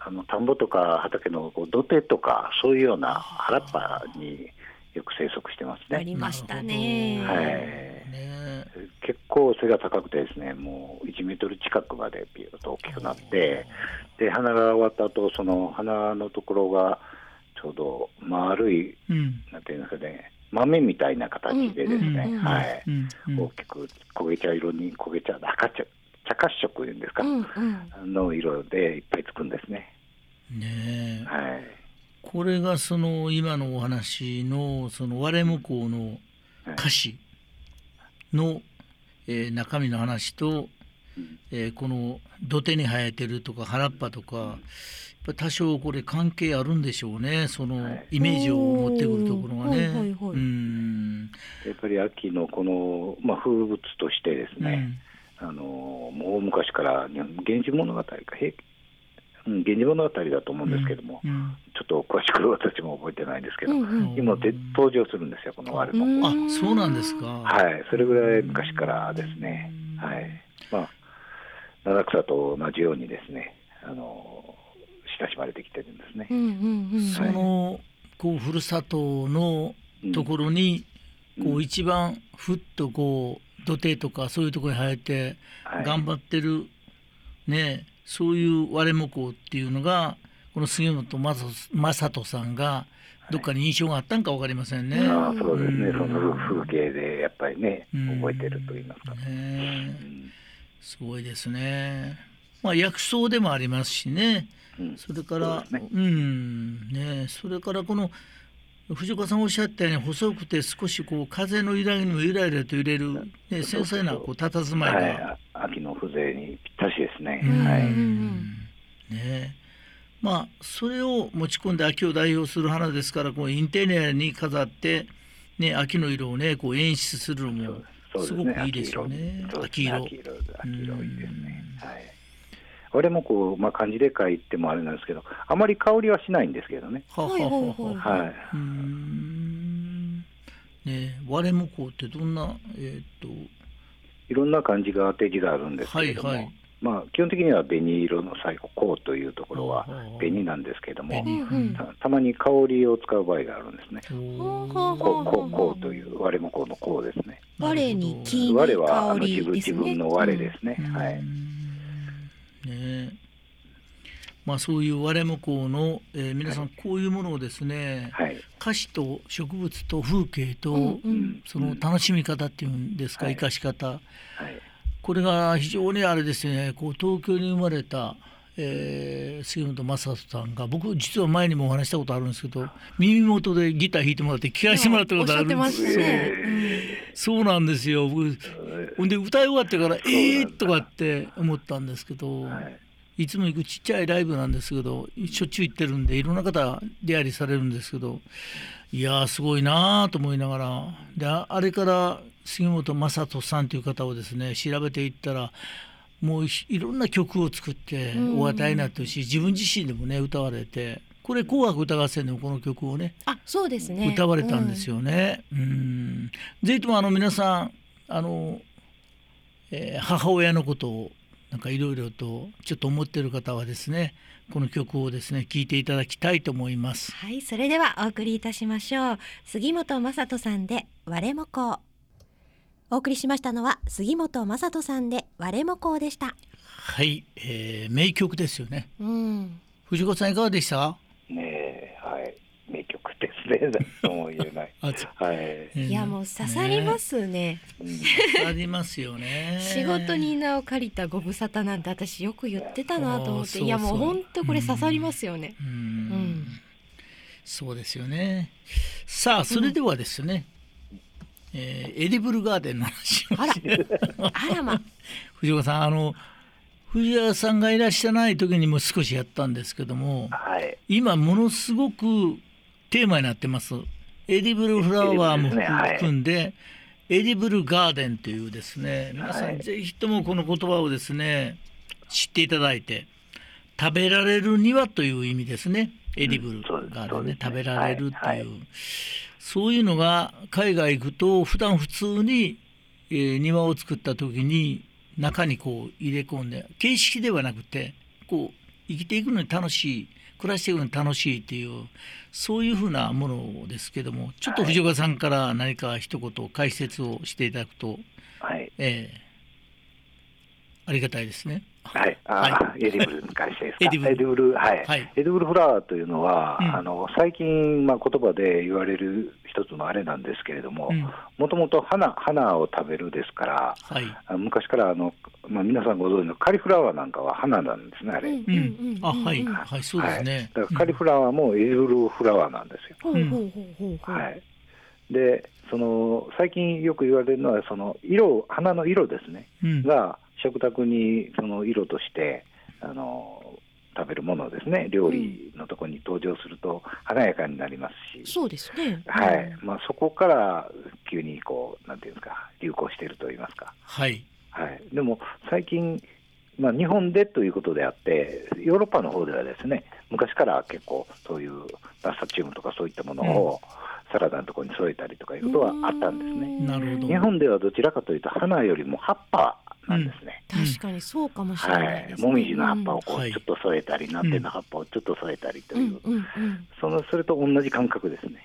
[SPEAKER 3] あの田んぼとか畑のこう土手とかそういうような原っぱによく生息してます
[SPEAKER 1] あ
[SPEAKER 3] ね
[SPEAKER 1] りました
[SPEAKER 2] な
[SPEAKER 1] ね
[SPEAKER 2] るほど
[SPEAKER 3] はい
[SPEAKER 2] ね
[SPEAKER 3] 結構背が高くてですねもう1メートル近くまでピューッと大きくなってで花が終わった後その花のところがちょうど丸い
[SPEAKER 2] うん
[SPEAKER 3] なんていうんですかね豆みたいな形でですね、
[SPEAKER 1] うんうんうん
[SPEAKER 3] はい、
[SPEAKER 2] うんうん
[SPEAKER 3] 大きく焦げ茶色に焦げ茶赤茶茶褐色いうんですか、
[SPEAKER 1] うんうん
[SPEAKER 3] の色でいっぱいつくんですね。
[SPEAKER 2] ねえ
[SPEAKER 3] はい
[SPEAKER 2] これがその今のお話のその割れもこの歌詞の、えー中身の話と
[SPEAKER 3] うん
[SPEAKER 2] えーこの土手に生えてるとか原っぱとか、やっぱ多少これ関係あるんでしょうねその
[SPEAKER 3] はい
[SPEAKER 2] イメージを持ってくるところが
[SPEAKER 1] お
[SPEAKER 2] ね。
[SPEAKER 1] ーはいはいはい
[SPEAKER 2] うん
[SPEAKER 3] やっぱり秋のこの、まあ、風物としてですね、あのもう昔から日本源氏物語か平うん源氏物語だと思うんですけども、
[SPEAKER 2] うんうん
[SPEAKER 3] ちょっと詳しく私も覚えてないんですけど、
[SPEAKER 1] うん
[SPEAKER 3] 今で登場するんですよこのワルの、
[SPEAKER 1] うん
[SPEAKER 2] あそうなんですか。
[SPEAKER 3] はいそれぐらい昔からですね、
[SPEAKER 2] うん
[SPEAKER 3] はいまあ七草と同じようにですねあの親しまれてきてるんですね
[SPEAKER 1] うんう、んうん
[SPEAKER 2] そのこうふるさとの
[SPEAKER 3] うん
[SPEAKER 2] ところに、
[SPEAKER 3] うん
[SPEAKER 2] こう一番ふっとこう土手とかそういうところに生えて
[SPEAKER 3] はい
[SPEAKER 2] 頑張ってる、ねそういう割れもこうっていうのがこの杉本正正人さんがどっかに印象があったんか分かりませんね。
[SPEAKER 3] ああそうですね、
[SPEAKER 2] うん
[SPEAKER 3] その風景でやっぱりね
[SPEAKER 2] うん
[SPEAKER 3] 覚えてると言いますか、
[SPEAKER 2] ね
[SPEAKER 3] う
[SPEAKER 2] え
[SPEAKER 3] ん
[SPEAKER 2] すごいですね。まあ薬草でもありますしね。
[SPEAKER 3] うん
[SPEAKER 2] それから
[SPEAKER 3] そうですね
[SPEAKER 2] うんねそれからこの藤岡さんおっしゃったように細くて少しこう風の揺らぎにもゆらゆらと揺れる、ね、繊細なこう佇まい
[SPEAKER 3] はい
[SPEAKER 2] が、
[SPEAKER 3] あ、秋の風情にぴったしですね。
[SPEAKER 2] うん
[SPEAKER 3] は
[SPEAKER 1] う
[SPEAKER 3] い、
[SPEAKER 1] ん
[SPEAKER 2] ねまあそれを持ち込んで秋を代表する花ですからこうインテリアに飾って、ね、秋の色をねこう演出するのも
[SPEAKER 3] そうです
[SPEAKER 2] す
[SPEAKER 3] ね。
[SPEAKER 2] ごくいいですよね
[SPEAKER 3] 秋色。そう
[SPEAKER 2] 秋
[SPEAKER 3] ですね秋色、
[SPEAKER 2] う
[SPEAKER 3] 秋
[SPEAKER 2] ん
[SPEAKER 3] 色いいですね。はい。俺もこうまあ漢字で書いてもあれなんですけど、あまり香りはしないんですけどね。
[SPEAKER 2] はは
[SPEAKER 1] はいはい
[SPEAKER 2] はは
[SPEAKER 1] はい
[SPEAKER 3] は
[SPEAKER 2] うーんねえ割れもこうってどんなえーっと
[SPEAKER 3] い。いろんな漢字が当て字があるんですけ
[SPEAKER 2] は
[SPEAKER 3] れ
[SPEAKER 2] い
[SPEAKER 3] ども、
[SPEAKER 2] はい
[SPEAKER 3] まあ基本的には紅色の最後こうというところは
[SPEAKER 2] ほうほうほう
[SPEAKER 3] 紅なんですけれども、
[SPEAKER 2] 紅
[SPEAKER 1] うん
[SPEAKER 3] たたまに香りを使う場合があるんですね。
[SPEAKER 1] ほうほうほ
[SPEAKER 3] こうこうこうという我もこうのこうですね。
[SPEAKER 1] 我に金
[SPEAKER 3] 我はあ
[SPEAKER 1] 香
[SPEAKER 3] の
[SPEAKER 1] り
[SPEAKER 3] 自分
[SPEAKER 1] です
[SPEAKER 3] 自
[SPEAKER 1] ね
[SPEAKER 3] 分の我ですね。
[SPEAKER 2] うん
[SPEAKER 3] はい。
[SPEAKER 2] ねえまあそういう割れもこうの、えー皆さんこういうものをですね、
[SPEAKER 3] はい。
[SPEAKER 2] 歌詞と植物と風景と、
[SPEAKER 1] うんうん
[SPEAKER 2] その楽しみ方っていうんですか、
[SPEAKER 3] はい
[SPEAKER 2] 生かし方
[SPEAKER 3] はい。
[SPEAKER 2] これが非常にあれですねこう東京に生まれた、えー、杉本正人さんが僕実は前にもお話したことあるんですけど耳元でギター弾いてもらって聴かせてもらったことあるん
[SPEAKER 1] おっ
[SPEAKER 2] で
[SPEAKER 1] し
[SPEAKER 2] す
[SPEAKER 1] ゃってま
[SPEAKER 2] よ
[SPEAKER 1] し。たね。
[SPEAKER 2] そうなんですよ僕ほんで歌い終わって から「ええー!」とかって思ったんですけど、
[SPEAKER 3] はい
[SPEAKER 2] い、つも行くちっちゃいライブなんですけどしょっちゅう行ってるんでいろんな方出会いされるんですけどいやーすごいなーと思いながらでああれから杉本雅人さんという方をですね調べていったらもうひいろんな曲を作ってお与えになってるし自分自身でもね歌われてこれ「紅白歌合戦」でもこの曲をね
[SPEAKER 1] あ、そうですね。
[SPEAKER 2] 歌われたんです
[SPEAKER 1] よ。
[SPEAKER 2] よね。うん、ぜひともあの皆さんあの、えー母親のことをなんかいろいろとちょっと思ってる方はですねこの曲をですね聴いていただきたいと思います。
[SPEAKER 4] はい、それではお送りいたしましょう。杉本雅人さんで、我もこう。お送りしましたのは、杉本雅人さんで、我もこうでした。
[SPEAKER 2] はい、えー名曲ですよね。
[SPEAKER 1] うん。
[SPEAKER 2] 藤子さんいかがでした？
[SPEAKER 3] ねえはい名曲ですねなんとも言 えない
[SPEAKER 2] あつ
[SPEAKER 3] はい、
[SPEAKER 1] いやもう刺さりま、すね。
[SPEAKER 3] うん
[SPEAKER 2] ね刺さりますよね。
[SPEAKER 1] 仕事に名を借りたご無沙汰なんて私よく言ってたなと思っ
[SPEAKER 2] あーそうそ
[SPEAKER 1] て、
[SPEAKER 2] う
[SPEAKER 1] いやもう本当これ刺さりますよね。
[SPEAKER 2] うん、
[SPEAKER 1] ん
[SPEAKER 2] そうですよね。さあそれではですね、えーエディブルガーデンの話を
[SPEAKER 1] あら、あら ま。
[SPEAKER 2] 藤岡さんあの藤岡さんがいらっしゃらない時にも少しやったんですけども
[SPEAKER 3] はい
[SPEAKER 2] 今ものすごくテーマになってますエディブルフラワーも
[SPEAKER 3] エディブルですねはい
[SPEAKER 2] 含んでエディブルガーデンというですね皆さ
[SPEAKER 3] は
[SPEAKER 2] ん
[SPEAKER 3] い
[SPEAKER 2] ぜひともこの言葉をですね知っていただいて食べられるにはという意味ですねエディブルガーデン
[SPEAKER 3] そうで
[SPEAKER 2] ね
[SPEAKER 3] す
[SPEAKER 2] 食べられるっていう、
[SPEAKER 3] はいはい
[SPEAKER 2] そういうのが海外行くと普段普通に、えー庭を作った時に中にこう入れ込んで形式ではなくてこう生きていくのに楽しい暮らしていくのに楽しいっていうそういうふうなものですけどもちょっと藤岡さんから何か一言解説をしていただくと、
[SPEAKER 3] はい
[SPEAKER 2] えーありがたいですね。
[SPEAKER 3] はい、あ、
[SPEAKER 2] は
[SPEAKER 3] エディブルに関してですか。
[SPEAKER 2] エディブル
[SPEAKER 3] ルはい、
[SPEAKER 2] はい
[SPEAKER 3] エディブルフラワーというのは、
[SPEAKER 2] うん
[SPEAKER 3] あの最近まあ言葉で言われる一つのあれなんですけれども
[SPEAKER 2] うん、
[SPEAKER 3] もともと花花を食べるですから、
[SPEAKER 2] はい
[SPEAKER 3] あ昔からあのまあ皆さんご存知のカリフラワーなんかは花なんですねあれ。
[SPEAKER 1] うん
[SPEAKER 2] う
[SPEAKER 1] うんんうん。
[SPEAKER 2] あはい、
[SPEAKER 1] うん
[SPEAKER 2] はい、そうですね。
[SPEAKER 3] だからカリフラワーもエディブルフラワーなんですよ。
[SPEAKER 1] ほうほうほうほうほう。
[SPEAKER 3] はい。で、その最近よく言われるのはその色花の色ですね。
[SPEAKER 2] うん
[SPEAKER 3] が食卓にその色としてあの食べるものですね料理のとこに登場すると華やかになりますし、
[SPEAKER 1] そうですね。
[SPEAKER 3] はいまあ、そこから急にこうなんていうんですか流行していると言いますか、
[SPEAKER 2] はい、
[SPEAKER 3] はい、でも最近、まあ、日本でということであってヨーロッパの方ではですね昔から結構そういうナッサチウムとかそういったものをサラダのとこに添えたりとかいうことはあったんですね。
[SPEAKER 2] なるほど
[SPEAKER 3] 日本ではどちらかというと花よりも葉っぱなんですね。
[SPEAKER 1] 確かにそうかもしれ
[SPEAKER 3] は
[SPEAKER 1] ない
[SPEAKER 3] い
[SPEAKER 1] で、すね。
[SPEAKER 3] もみじの葉っぱをこ
[SPEAKER 2] は
[SPEAKER 3] う
[SPEAKER 2] い
[SPEAKER 3] ちょっと添えたり、ナッテの葉っぱをちょっと添えたりと
[SPEAKER 1] うん
[SPEAKER 3] いうう、
[SPEAKER 1] んうん。
[SPEAKER 3] そのそれと同じ感覚ですね。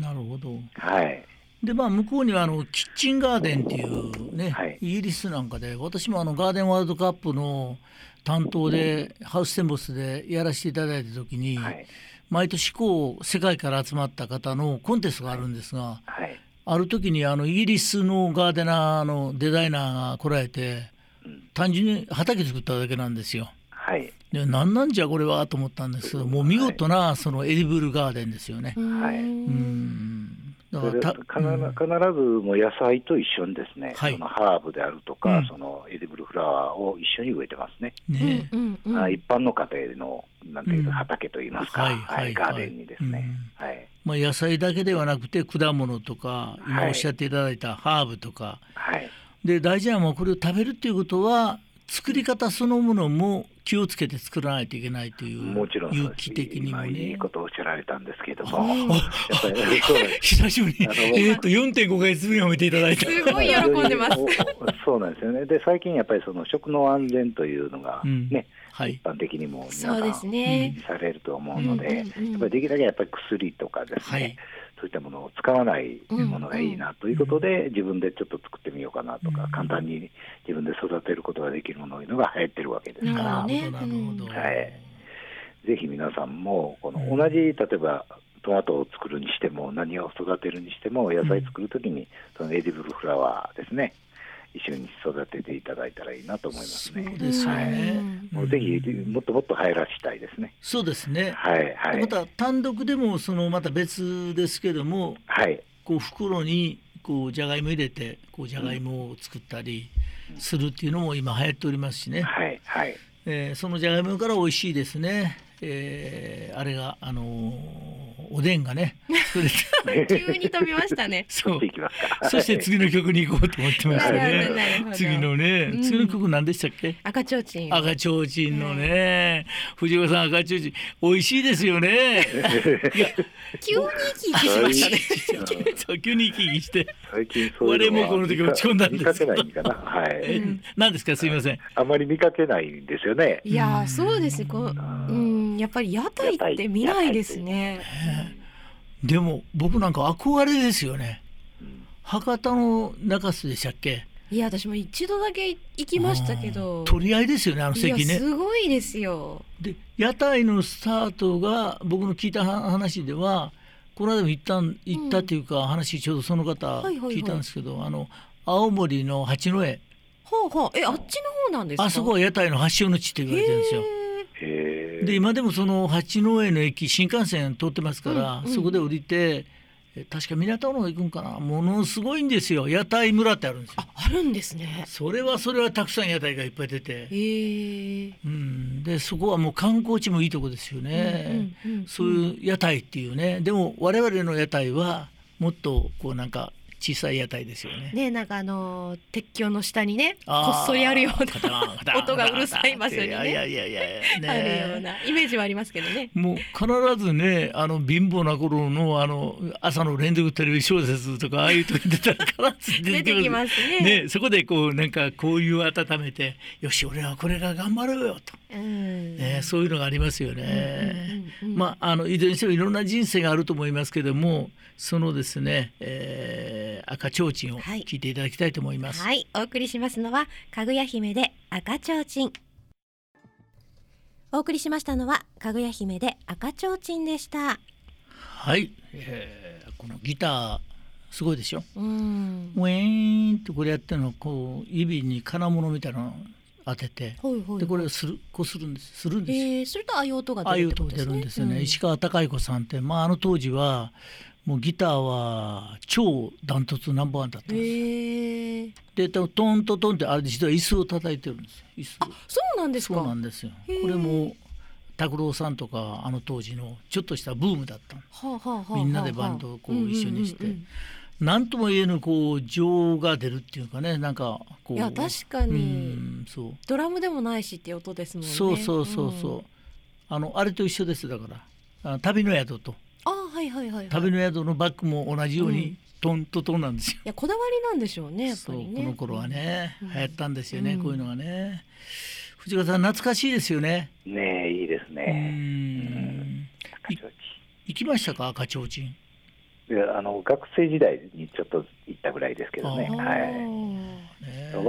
[SPEAKER 2] なるほど。
[SPEAKER 3] はい、
[SPEAKER 2] でまあ、向こうにはあのキッチンガーデンっていうね、
[SPEAKER 3] はい
[SPEAKER 2] イギリスなんかで私もあのガーデンワールドカップの担当でハウステンボスでやらせていただいた時に、
[SPEAKER 3] はい、
[SPEAKER 2] 毎年こう世界から集まった方のコンテストがあるんですが、
[SPEAKER 3] はい、
[SPEAKER 2] ある時にあのイギリスのガーデナーのデザイナーが来られて
[SPEAKER 3] うん
[SPEAKER 2] 単純に畑作っただけなんですよ。
[SPEAKER 3] はい、
[SPEAKER 2] で何なんじゃこれはと思ったんですけどもう見事なそのエディブルガーデンですよね。
[SPEAKER 3] はい
[SPEAKER 2] うんだ
[SPEAKER 3] それ
[SPEAKER 2] た
[SPEAKER 3] 必必ず
[SPEAKER 2] うん
[SPEAKER 3] もう野菜と一緒にですね、
[SPEAKER 2] はい
[SPEAKER 3] そのハーブであるとか、
[SPEAKER 2] うん
[SPEAKER 3] そのエディブルフラワーを一緒に植えてますね。
[SPEAKER 2] ねえ
[SPEAKER 1] うんうんうん
[SPEAKER 3] あ一般の家庭のなんていうか
[SPEAKER 2] うん
[SPEAKER 3] 畑といいますか、
[SPEAKER 2] はい
[SPEAKER 3] は
[SPEAKER 2] はい
[SPEAKER 3] い、ガーデンにですね、はい、
[SPEAKER 2] まあ、野菜だけではなくて果物とか今
[SPEAKER 3] はい
[SPEAKER 2] おっしゃっていただいたハーブとか、
[SPEAKER 3] はい、
[SPEAKER 2] で大事なのはこれを食べるっていうことは作り方そのものも気をつけて作らないといけないという
[SPEAKER 3] もちろんそう
[SPEAKER 2] 有
[SPEAKER 3] です
[SPEAKER 2] 機的にも
[SPEAKER 3] 今い
[SPEAKER 2] ね
[SPEAKER 3] い。ことをおっしゃられたんですけれど
[SPEAKER 1] あ
[SPEAKER 3] も、やっぱりそうなんです
[SPEAKER 2] 久しぶりに
[SPEAKER 3] あの
[SPEAKER 2] えー、と4.5ヶ月分やめていただいた。
[SPEAKER 1] すごい喜んでます。
[SPEAKER 3] お そうなんですよね。で最近やっぱりその食の安全というのが
[SPEAKER 2] うん
[SPEAKER 3] ね、
[SPEAKER 2] はい
[SPEAKER 3] 一般的にも皆
[SPEAKER 1] そう
[SPEAKER 3] さん
[SPEAKER 1] ですね。
[SPEAKER 3] されると思うので、
[SPEAKER 1] うんうんうん
[SPEAKER 3] やっぱりできるだけやっぱり薬とかです
[SPEAKER 2] は
[SPEAKER 3] ね、
[SPEAKER 2] い
[SPEAKER 3] そういったものを使わないものがいいなということで、自分でちょっと作ってみようかなとか、
[SPEAKER 2] うん
[SPEAKER 3] 簡単に自分で育てることができるものというのが流行ってるわけですか
[SPEAKER 1] なるほ
[SPEAKER 3] ら、
[SPEAKER 1] どね
[SPEAKER 2] なるほど。
[SPEAKER 1] うん
[SPEAKER 3] はいぜひ皆さんもこの
[SPEAKER 2] うん
[SPEAKER 3] 同じ例えばトマトを作るにしても何を育てるにしても野菜作るときにそのエディブルフラワーですね一緒に育てていただいたらいいなと思います
[SPEAKER 2] そう
[SPEAKER 3] ね。
[SPEAKER 2] ですよね。
[SPEAKER 3] もうぜひもっともっと入らしたいですね。
[SPEAKER 2] そうですね。
[SPEAKER 3] はいはい
[SPEAKER 2] また単独でもそのまた別ですけども、
[SPEAKER 3] はい
[SPEAKER 2] こう袋にこうじゃがいも入れてこうじゃがいもを作ったりするっていうのも今流行っておりますしね。
[SPEAKER 3] はいはい
[SPEAKER 2] えーそのじゃがいもから美味しいですね。えーあれがあのーおでんがね作れて。
[SPEAKER 1] 急に飛びましたね
[SPEAKER 2] そ
[SPEAKER 3] 行
[SPEAKER 2] う
[SPEAKER 3] っていきますか。
[SPEAKER 2] そして次の曲に行こうと思ってました
[SPEAKER 3] なるほ
[SPEAKER 2] ね
[SPEAKER 3] ど
[SPEAKER 1] なるほ。ど
[SPEAKER 2] 次のね、
[SPEAKER 1] うん
[SPEAKER 2] 次の曲何でしたっけ？
[SPEAKER 1] 赤ちょうちん。
[SPEAKER 2] 赤ちょうちんのね、藤岡さん赤ちょうちん美味しいですよね。
[SPEAKER 1] 急に生き生きしました ね。
[SPEAKER 2] そう急に生き生きして、
[SPEAKER 3] 最近そうい
[SPEAKER 2] 我
[SPEAKER 3] う
[SPEAKER 2] 々もこの時落ち込んだんですけど
[SPEAKER 3] 見かけないかな。はい。
[SPEAKER 2] え何ですかすいません。
[SPEAKER 3] あまり見かけないんですよね。
[SPEAKER 1] いやーそうですねこううんやっぱり屋台って見ないですね。
[SPEAKER 2] でも僕なんか憧れですよね。博多の中洲でしたっけ？
[SPEAKER 1] いや私も一度だけ行きましたけ
[SPEAKER 2] うん
[SPEAKER 1] ど。
[SPEAKER 2] 取り合いですよねあの
[SPEAKER 1] いや
[SPEAKER 2] 席ね。
[SPEAKER 1] すごいですよ。
[SPEAKER 2] で屋台のスタートが僕の聞いたは話ではこの間も行ったん行ったっていうか、話ちょうどその方
[SPEAKER 1] はいはい
[SPEAKER 2] 聞いたんですけど、あの青森の八戸
[SPEAKER 1] ほうほうえあっちの方なんですか。
[SPEAKER 2] あそこは屋台の発祥の地って言われてるんですよ。
[SPEAKER 3] へ
[SPEAKER 2] で
[SPEAKER 3] え。
[SPEAKER 2] 今でもその八戸の駅新幹線通ってますから、
[SPEAKER 1] うんうん
[SPEAKER 2] そこで降りてえ確か港の方行くんかなものすごいんですよ屋台村ってあるんですよ。
[SPEAKER 1] あるんですね。
[SPEAKER 2] それはそれはたくさん屋台がいっぱい出て、
[SPEAKER 1] へえ。
[SPEAKER 2] うん、でそこはもう観光地もいいとこですよね。
[SPEAKER 1] うんうんうん
[SPEAKER 2] そういう屋台っていうねでも我々の屋台はもっとこうなんか小さい屋台ですよね。
[SPEAKER 1] ねなんかあのー鉄橋の下にね
[SPEAKER 2] あ
[SPEAKER 1] こ
[SPEAKER 2] ー
[SPEAKER 1] っそりあるよう
[SPEAKER 2] カタンカタ
[SPEAKER 1] な
[SPEAKER 2] ン
[SPEAKER 1] 音がうるさい場所に
[SPEAKER 2] いやいや
[SPEAKER 1] ね
[SPEAKER 2] いやいや、ね、
[SPEAKER 1] あるようなイメージはありますけどね。
[SPEAKER 2] もう必ずねあの貧乏な頃のあの朝の連続テレビ小説とかああいう時に出たら必ず
[SPEAKER 1] 出てきますね。
[SPEAKER 2] ねそこでこうなんかこういう温めてよし俺はこれから頑張ろうよと、
[SPEAKER 1] うん
[SPEAKER 2] ね、そういうのがありますよね。
[SPEAKER 1] うんうんうん
[SPEAKER 2] まああのいずれにしてもいろんな人生があると思いますけどもそのですね、えー、赤ちょうちんを
[SPEAKER 4] はい
[SPEAKER 2] 聞いていただきたいと思います。
[SPEAKER 4] はい、お送りしますのは、かぐや姫で赤ちょうちん。お送りしましたのは、かぐや姫で赤ちょうちんでした。
[SPEAKER 2] はい、えーこのギターすごいでしょ
[SPEAKER 1] うん。
[SPEAKER 2] ウェーンってこれやってるのをこう指に金物みたいなの当てて
[SPEAKER 1] ほいほい。
[SPEAKER 2] でこれをするこうするんですするんですよ。
[SPEAKER 1] えー、するとああいう音が
[SPEAKER 2] ああい
[SPEAKER 1] 出るっ
[SPEAKER 2] う
[SPEAKER 1] てこ
[SPEAKER 2] とこと
[SPEAKER 1] で
[SPEAKER 2] 出
[SPEAKER 1] すね。
[SPEAKER 2] るんですよね、
[SPEAKER 1] うん
[SPEAKER 2] 石川貴彦さんって、まあ、あの当時はもうギターは超ダントツナンバーワンだったんですよ、
[SPEAKER 1] へえー。
[SPEAKER 2] でトントトンってあれ実は椅子を叩いてるんですよ椅子を
[SPEAKER 1] あそうなんですか。
[SPEAKER 2] そうなんですよ
[SPEAKER 1] へえ
[SPEAKER 2] これも拓郎さんとかあの当時のちょっとしたブームだったの
[SPEAKER 1] はあはあはあはあ
[SPEAKER 2] みんなでバンドをこう一緒にして
[SPEAKER 1] うんうんうん
[SPEAKER 2] なんとも言えぬこう情が出るっていうかねなんか
[SPEAKER 1] うん
[SPEAKER 2] こう
[SPEAKER 1] い
[SPEAKER 2] い
[SPEAKER 1] や確か
[SPEAKER 2] う
[SPEAKER 1] に
[SPEAKER 2] んそう
[SPEAKER 1] ドラムでもないしっていう音ですもんね。
[SPEAKER 2] そうそうそうそう、
[SPEAKER 1] ん
[SPEAKER 2] あのあれと一緒ですだからあ旅の宿と
[SPEAKER 1] あーはいはいはいはい。
[SPEAKER 2] 旅
[SPEAKER 1] い
[SPEAKER 2] の宿のバッグも同じように、
[SPEAKER 1] うん
[SPEAKER 2] トントトンなんですよ、
[SPEAKER 1] やこだわりなんでしょうねやっぱ
[SPEAKER 2] そう
[SPEAKER 1] り
[SPEAKER 2] こ
[SPEAKER 1] ね。
[SPEAKER 2] の頃はね、
[SPEAKER 1] うん
[SPEAKER 2] 流行ったんですよね、
[SPEAKER 1] うん
[SPEAKER 2] こういうのがね藤川さん懐かしいですよね、
[SPEAKER 3] ねえいいです
[SPEAKER 2] う
[SPEAKER 3] ね。
[SPEAKER 2] ん
[SPEAKER 3] 赤ちょう
[SPEAKER 2] 行きましたか赤ちょうちん
[SPEAKER 3] ちんいやあの学生時代にちょっと行ったぐらいですけどね。
[SPEAKER 2] あ
[SPEAKER 3] はい。
[SPEAKER 2] ね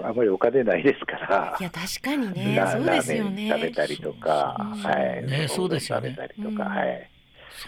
[SPEAKER 3] あまりお金ないですから
[SPEAKER 1] い。や確かにね
[SPEAKER 3] ラ
[SPEAKER 1] そう
[SPEAKER 3] ラ
[SPEAKER 1] です
[SPEAKER 3] ー
[SPEAKER 1] よ
[SPEAKER 3] メン食べ
[SPEAKER 1] ね。
[SPEAKER 3] たりとか、
[SPEAKER 1] そうそう
[SPEAKER 3] はい、
[SPEAKER 2] ねそうですよね
[SPEAKER 3] 食べたりとか、
[SPEAKER 1] うん
[SPEAKER 3] はい、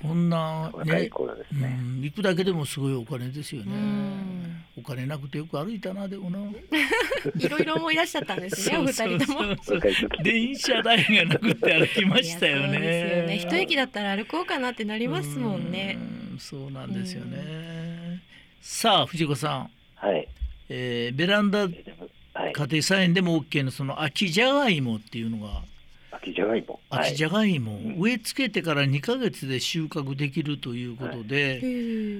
[SPEAKER 2] そんな
[SPEAKER 3] これ
[SPEAKER 2] ね
[SPEAKER 3] 最高です
[SPEAKER 2] う
[SPEAKER 3] ね。
[SPEAKER 2] ん行くだけでもすごいお金ですよ
[SPEAKER 1] う
[SPEAKER 2] ね
[SPEAKER 1] ん
[SPEAKER 2] お金なくてよく歩いたなでもな
[SPEAKER 1] いろいろ思い出しちゃったんですねお二人とも。
[SPEAKER 2] そうそうそう
[SPEAKER 3] 若い時
[SPEAKER 2] 電車代がなくて歩きましたよ
[SPEAKER 1] いやそうですよね
[SPEAKER 2] ね。
[SPEAKER 1] 一駅だったら歩こうかなってなり
[SPEAKER 2] り
[SPEAKER 1] ますもんね。。
[SPEAKER 2] そうなんですよね。さあ藤子さん、
[SPEAKER 3] はい、
[SPEAKER 2] えーベランダ
[SPEAKER 3] でもはい、
[SPEAKER 2] 家庭菜園でも OK のその秋じゃがいもっていうのが
[SPEAKER 3] 秋じゃがいも。は
[SPEAKER 2] 秋
[SPEAKER 3] い
[SPEAKER 2] じ、ゃがいもを
[SPEAKER 3] うん
[SPEAKER 2] 植え付けてから2ヶ月で収穫できるということで。
[SPEAKER 1] へ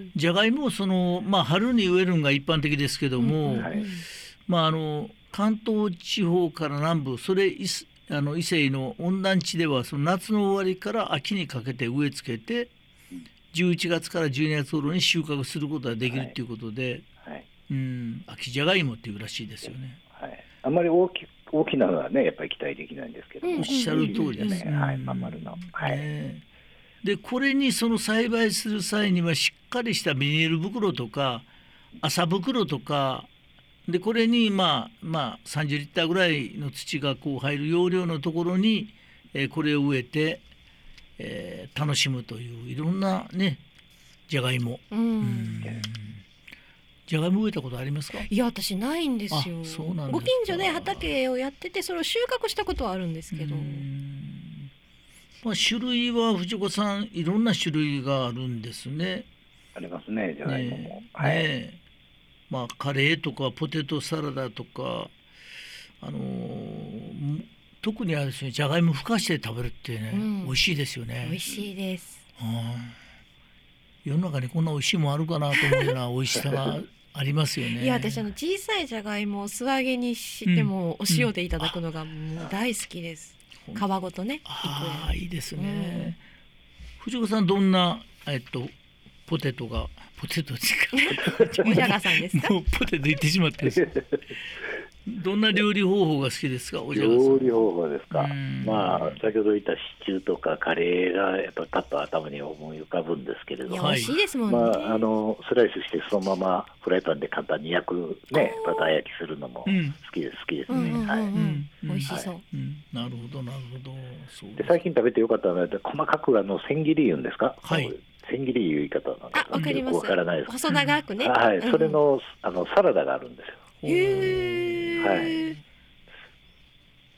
[SPEAKER 1] え
[SPEAKER 2] じゃがいもをその、まあ、春に植えるのが一般的ですけども、
[SPEAKER 3] はい
[SPEAKER 2] まあ、あの関東地方から南部それいすあの伊勢の温暖地ではその夏の終わりから秋にかけて植え付けて11月から12月頃に収穫することができ
[SPEAKER 3] は
[SPEAKER 2] る
[SPEAKER 3] い
[SPEAKER 2] ということで、
[SPEAKER 3] はい、
[SPEAKER 2] うん秋じゃがいもっていうらしいですよね。
[SPEAKER 3] はい、あんまり大き大きなのはね、やっぱり期待できないんですけど、
[SPEAKER 1] うん
[SPEAKER 2] おっしゃる通りです、
[SPEAKER 3] ね。はい、まん丸の、はい、
[SPEAKER 2] ねでこれにその栽培する際にはしっかりしたビニール袋とか麻袋とかでこれにまあまあ30リッターぐらいの土がこう入る容量のところに、えーこれを植えて、えー楽しむといういろんなねじゃがいも
[SPEAKER 1] うん
[SPEAKER 2] うんじゃがいも植えたことありますか
[SPEAKER 1] いや私ないんですよ
[SPEAKER 2] あそうなんですか
[SPEAKER 1] ご近所で畑をやっててそれを収穫したことはあるんですけど
[SPEAKER 2] うーんまあ、種類は藤子さんいろんな種類があるんですね。
[SPEAKER 3] ありますね、じゃがいもも
[SPEAKER 2] ね。え
[SPEAKER 3] はい。
[SPEAKER 2] ねえまあカレーとかポテトサラダとかあのー特にあれですねじゃがいもふかして食べるってね、
[SPEAKER 1] うん
[SPEAKER 2] 美味しいですよね。
[SPEAKER 1] 美味しいです
[SPEAKER 2] うん世の中にこんな美味しいもんあるかなと思うような美味しさがありますよね。
[SPEAKER 1] いや私あの小さいじゃがいもを素揚げにしてもお塩でいただくのがもう大好きです
[SPEAKER 2] うん
[SPEAKER 1] 皮ごとね
[SPEAKER 2] ああいいですね。藤子さんどんなえっとポテトがポテト違
[SPEAKER 1] 一個おじゃがさんです か
[SPEAKER 2] うもうポテト言ってしまったんです。どんな料理方法が好きですかおじゃがさん。
[SPEAKER 3] 料理方法ですか。
[SPEAKER 2] うん
[SPEAKER 5] まあ先ほど言ったシチューとかカレーがやっぱパッと頭に思い浮かぶんですけれ
[SPEAKER 1] い
[SPEAKER 5] ど
[SPEAKER 1] や
[SPEAKER 5] も、
[SPEAKER 1] 美味しいですもんね、
[SPEAKER 3] まあ、あのスライスしてそのままフライパンで簡単に焼く、ね、バター焼きするのも
[SPEAKER 2] う
[SPEAKER 3] 好
[SPEAKER 2] ん
[SPEAKER 3] きです、好きです
[SPEAKER 1] うんうんう
[SPEAKER 3] ね。
[SPEAKER 1] ん、
[SPEAKER 3] は
[SPEAKER 1] う
[SPEAKER 3] い
[SPEAKER 1] ん
[SPEAKER 2] うん
[SPEAKER 1] 美味しそう、
[SPEAKER 2] うんなるほどなるほどそう
[SPEAKER 3] で最近食べてよかったのは、細かくあの千切り言うんですか、
[SPEAKER 2] はい
[SPEAKER 3] 千切りいう言い方なん
[SPEAKER 1] あわかりま
[SPEAKER 3] よくわ
[SPEAKER 1] す
[SPEAKER 3] からないです。
[SPEAKER 1] 細長くね、
[SPEAKER 3] はい、
[SPEAKER 1] うん
[SPEAKER 3] それのあのサラダがあるんですよ。
[SPEAKER 2] ほう
[SPEAKER 1] へー
[SPEAKER 3] はい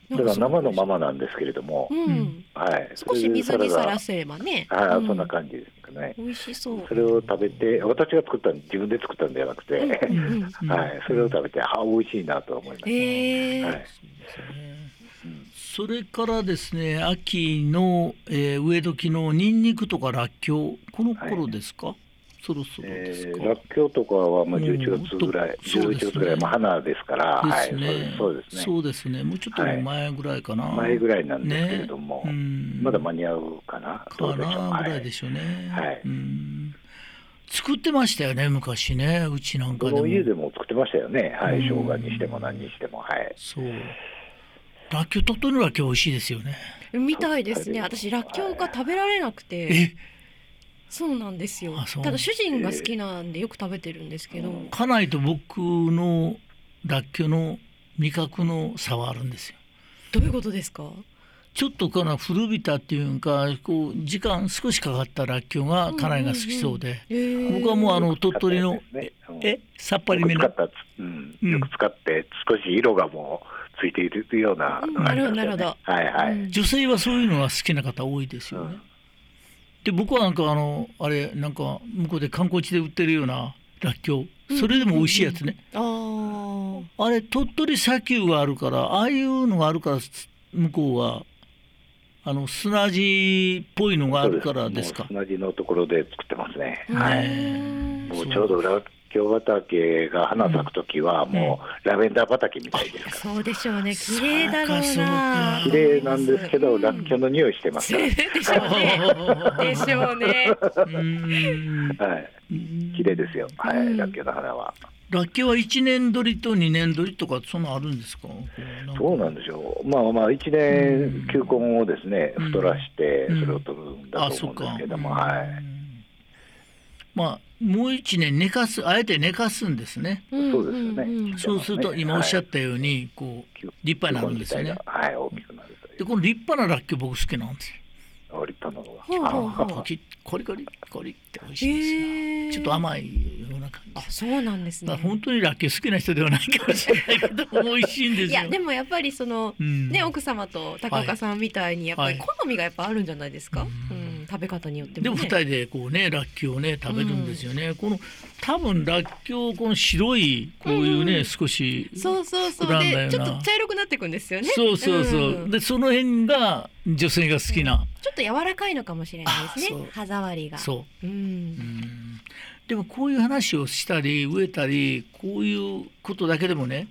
[SPEAKER 1] な
[SPEAKER 3] そ
[SPEAKER 1] んか
[SPEAKER 3] れが
[SPEAKER 1] そう
[SPEAKER 3] 生のままなんですけれども
[SPEAKER 1] う、
[SPEAKER 2] うん
[SPEAKER 1] ん、
[SPEAKER 3] はい、
[SPEAKER 1] 少し水にさら
[SPEAKER 3] す。
[SPEAKER 1] せればね、
[SPEAKER 3] はい、
[SPEAKER 1] うん
[SPEAKER 3] そんな感じですかね。
[SPEAKER 1] 美味しそう
[SPEAKER 3] それを食べて、私が作ったん自分で作ったんじゃなくて、
[SPEAKER 1] うんうんうん
[SPEAKER 2] うん
[SPEAKER 3] はい、それを食べて、あ、美味しいなと思いました。
[SPEAKER 1] えー
[SPEAKER 3] は
[SPEAKER 2] そ
[SPEAKER 3] い
[SPEAKER 2] うですね
[SPEAKER 3] うん
[SPEAKER 2] それからですね秋の、えー、植え時のニンニクとからっきょうこの頃ですか、そろそろで
[SPEAKER 3] え
[SPEAKER 2] すか、
[SPEAKER 3] ー、らっきょうとかはま
[SPEAKER 2] う
[SPEAKER 3] あ
[SPEAKER 2] ん
[SPEAKER 3] 11月ぐらい、
[SPEAKER 2] そう
[SPEAKER 3] 11
[SPEAKER 2] ですね
[SPEAKER 3] 月ぐらい、まあ、花ですから、はい、そ
[SPEAKER 2] です
[SPEAKER 3] う
[SPEAKER 2] ね
[SPEAKER 3] そうですね
[SPEAKER 2] そうですねもうちょっと前ぐらいかな、
[SPEAKER 3] 前ぐ
[SPEAKER 2] らい
[SPEAKER 3] らいなんですけれども、
[SPEAKER 2] うん
[SPEAKER 3] まだ間に合うかな、
[SPEAKER 2] か
[SPEAKER 3] どうでしょう。
[SPEAKER 2] なぐらいで
[SPEAKER 3] し
[SPEAKER 2] しょうね、
[SPEAKER 3] はい
[SPEAKER 2] うん作ってましたよね昔ねうちなんか
[SPEAKER 3] こ
[SPEAKER 2] でも
[SPEAKER 3] の家でも作ってましたよね、はい、生
[SPEAKER 2] うん
[SPEAKER 3] 姜にしても何にしても、はい。
[SPEAKER 2] そうらっきょう鳥取のらっきょう美味しいですよね
[SPEAKER 1] みたいですね私らっきょうが食べられなくて
[SPEAKER 2] え
[SPEAKER 1] そうなんですよ
[SPEAKER 2] あそう
[SPEAKER 1] ただ主人が好きなんでよく食べてるんですけど、
[SPEAKER 2] 家内と僕のらっきょうの味覚の差はあるんですよ
[SPEAKER 1] どういうことですか
[SPEAKER 2] ちょっとかな古びたっていうかこう時間少しかかったらっきょうが家内が好きそうで、
[SPEAKER 1] えー
[SPEAKER 2] 僕はもうあの鳥取の
[SPEAKER 3] ねうん
[SPEAKER 2] えさっぱり
[SPEAKER 3] よ
[SPEAKER 2] め
[SPEAKER 3] く使
[SPEAKER 2] の
[SPEAKER 3] ったつ、うん
[SPEAKER 2] うん
[SPEAKER 3] よく使って、少し色がもうついているような、
[SPEAKER 1] うんなるほどなるほど
[SPEAKER 3] はいはい。
[SPEAKER 1] うん
[SPEAKER 2] 女性はそういうのが好きな方多いですよね。
[SPEAKER 3] うん
[SPEAKER 2] で僕はなんかあのあれなんか向こうで観光地で売ってるようならっきょうそれでも美味しいやつね、
[SPEAKER 1] あー
[SPEAKER 2] あれ鳥取砂丘があるからああいうのがあるからつ向こうはあの砂地っぽいのがあるからですか。
[SPEAKER 3] 同じのところで作ってますね。はい。
[SPEAKER 1] へー
[SPEAKER 3] もうちょうどらっきょう畑が花咲くときは、もうラベンダー畑みたいですから。
[SPEAKER 1] そうでしょうね綺麗だろ
[SPEAKER 2] そう
[SPEAKER 1] う
[SPEAKER 2] か
[SPEAKER 1] な
[SPEAKER 2] そうか
[SPEAKER 3] 綺麗なんですけど、
[SPEAKER 1] うん
[SPEAKER 3] らっきょうの匂いしてますか
[SPEAKER 1] でしょうね でし ょうね
[SPEAKER 2] うん
[SPEAKER 3] ら。はい。綺麗ですよ。は
[SPEAKER 1] うん
[SPEAKER 3] い。らっきょうの花は。
[SPEAKER 2] ラッキョウは一年取りと二年取りとかそんなのあるんですか。
[SPEAKER 3] そうなんですよ。まあまあ、一年球根をですね、
[SPEAKER 2] うん
[SPEAKER 3] 太らして、
[SPEAKER 2] うん
[SPEAKER 3] それを取るんだ
[SPEAKER 2] あ、
[SPEAKER 3] と
[SPEAKER 2] そ
[SPEAKER 3] 思
[SPEAKER 2] っ
[SPEAKER 3] うんで
[SPEAKER 2] か
[SPEAKER 3] す。けども、は
[SPEAKER 2] う
[SPEAKER 3] い。
[SPEAKER 2] んまあもう一年寝かす、あえて寝かすんですね。
[SPEAKER 3] そうですよね
[SPEAKER 1] んんん
[SPEAKER 2] そうすると今おっしゃったようにこう
[SPEAKER 3] 球
[SPEAKER 2] 立派になるんですよ
[SPEAKER 3] 球
[SPEAKER 2] ね
[SPEAKER 3] 根自。体がはい、大きくなると
[SPEAKER 2] で
[SPEAKER 3] いう。
[SPEAKER 2] この立派なラッキョウ僕好きなんですよ。
[SPEAKER 3] あ立派なのが。
[SPEAKER 1] ほうほうほう
[SPEAKER 2] パキッコリコリコリって美味
[SPEAKER 1] へ
[SPEAKER 2] しいですよ。
[SPEAKER 1] ー
[SPEAKER 2] ちょっと甘いような感じ
[SPEAKER 1] あ
[SPEAKER 2] です。
[SPEAKER 1] そうなんです
[SPEAKER 2] まあ
[SPEAKER 1] ね
[SPEAKER 2] 本当にラッキョウ好きな人ではないかもしれないけど美味しいんで
[SPEAKER 1] い
[SPEAKER 2] すよ。
[SPEAKER 1] やでもやっぱりその
[SPEAKER 2] うん
[SPEAKER 1] ね奥様と高岡さんみたいにやっぱり
[SPEAKER 2] はい
[SPEAKER 1] 好みがやっぱあるんじゃないですか、
[SPEAKER 2] う
[SPEAKER 1] うんん食べ方によって
[SPEAKER 2] で
[SPEAKER 1] も
[SPEAKER 2] も二
[SPEAKER 1] ね。
[SPEAKER 2] 人でこうねラッキョウをね食べるんですよね。この多分ラッキョウこの白いこういうね、
[SPEAKER 1] うん
[SPEAKER 2] 少し
[SPEAKER 1] そうそうそう
[SPEAKER 2] 膨らんだよな
[SPEAKER 1] でちょっと茶色くなっていくんですよね。
[SPEAKER 2] そうそうそう、
[SPEAKER 1] ん
[SPEAKER 2] でその辺が女性が好きな、
[SPEAKER 1] ちょっと柔らかいのかもしれないです
[SPEAKER 2] あそう
[SPEAKER 1] ね。歯触りが。。。
[SPEAKER 2] そうう、うんん、でもこういう話をしたり植えたりこういうことだけでもね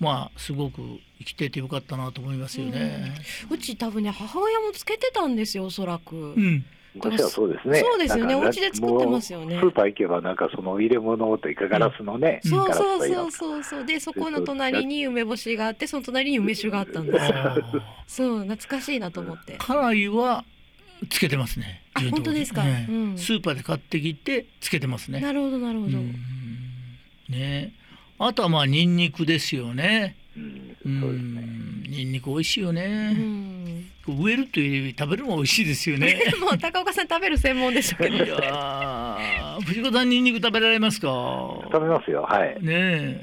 [SPEAKER 2] まあすごく生きててよかったなと思いますよね。
[SPEAKER 1] うち多分ね母親もつけてたんですよおそらく。
[SPEAKER 2] うん、
[SPEAKER 3] 昔はそうですね。
[SPEAKER 1] そうですよね
[SPEAKER 3] なんか
[SPEAKER 1] お家で作ってますよね
[SPEAKER 3] もうスーパー行けば、なんかその入れ物というか、ガラスのね。
[SPEAKER 2] うん
[SPEAKER 1] そうそう
[SPEAKER 3] ガラスといか
[SPEAKER 1] そうそうそうでそこの隣に梅干しがあってその隣に梅酒があったんですよ。
[SPEAKER 2] あー
[SPEAKER 1] そう懐かしいなと思って。
[SPEAKER 2] 家内はつけてますね。
[SPEAKER 1] あ
[SPEAKER 2] 自分のとこ
[SPEAKER 1] 本当ですか
[SPEAKER 2] ええ
[SPEAKER 1] うん
[SPEAKER 2] スーパーで買ってきてつけてますね。
[SPEAKER 1] なるほどなるほ
[SPEAKER 2] う
[SPEAKER 1] ど。
[SPEAKER 2] んねあとはまあニンニクですよね。
[SPEAKER 3] うん
[SPEAKER 2] う
[SPEAKER 3] そうですね。
[SPEAKER 2] んニンニク美味しいよ
[SPEAKER 1] う
[SPEAKER 2] ね。
[SPEAKER 1] ん。
[SPEAKER 2] こう植えるというより食べるのが美味しいですよね。
[SPEAKER 1] もう高岡さん食べる専門でしたけ
[SPEAKER 2] い
[SPEAKER 1] ど。
[SPEAKER 2] やー藤子さんニンニク食べられますか
[SPEAKER 3] 食べますよはい
[SPEAKER 2] ね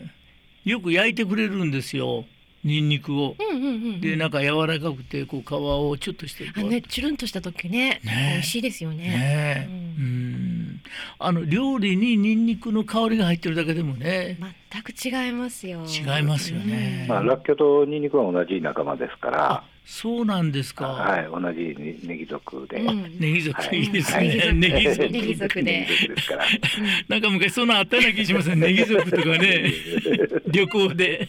[SPEAKER 2] えよく焼いてくれるんですよニンニクを。
[SPEAKER 1] うんうんうん。
[SPEAKER 2] でなんか柔らかくてこう皮をちょっとして
[SPEAKER 1] あ
[SPEAKER 2] こう
[SPEAKER 1] のね、チュルンとした時ね、
[SPEAKER 2] ね
[SPEAKER 1] 美味しいですよね。
[SPEAKER 2] ねえ、
[SPEAKER 1] う
[SPEAKER 2] うんん、あの料理にニンニクの香りが入ってるだけでもね、
[SPEAKER 1] 全く違いますよ。
[SPEAKER 2] 違いますよね
[SPEAKER 3] まあ、らっきょうとニンニクは同じ仲間ですから
[SPEAKER 2] あ、そうなんですか。
[SPEAKER 3] はい、同じネギ族で、
[SPEAKER 1] うん。 うん
[SPEAKER 2] ネギ族、
[SPEAKER 3] はい
[SPEAKER 2] い、いです
[SPEAKER 1] は
[SPEAKER 2] ね。
[SPEAKER 1] い
[SPEAKER 2] ネギ族。
[SPEAKER 1] ネギ族で
[SPEAKER 3] ネギ族です から。
[SPEAKER 2] なんか昔そんなあったような気しますね。ネギ族とか ね、旅行で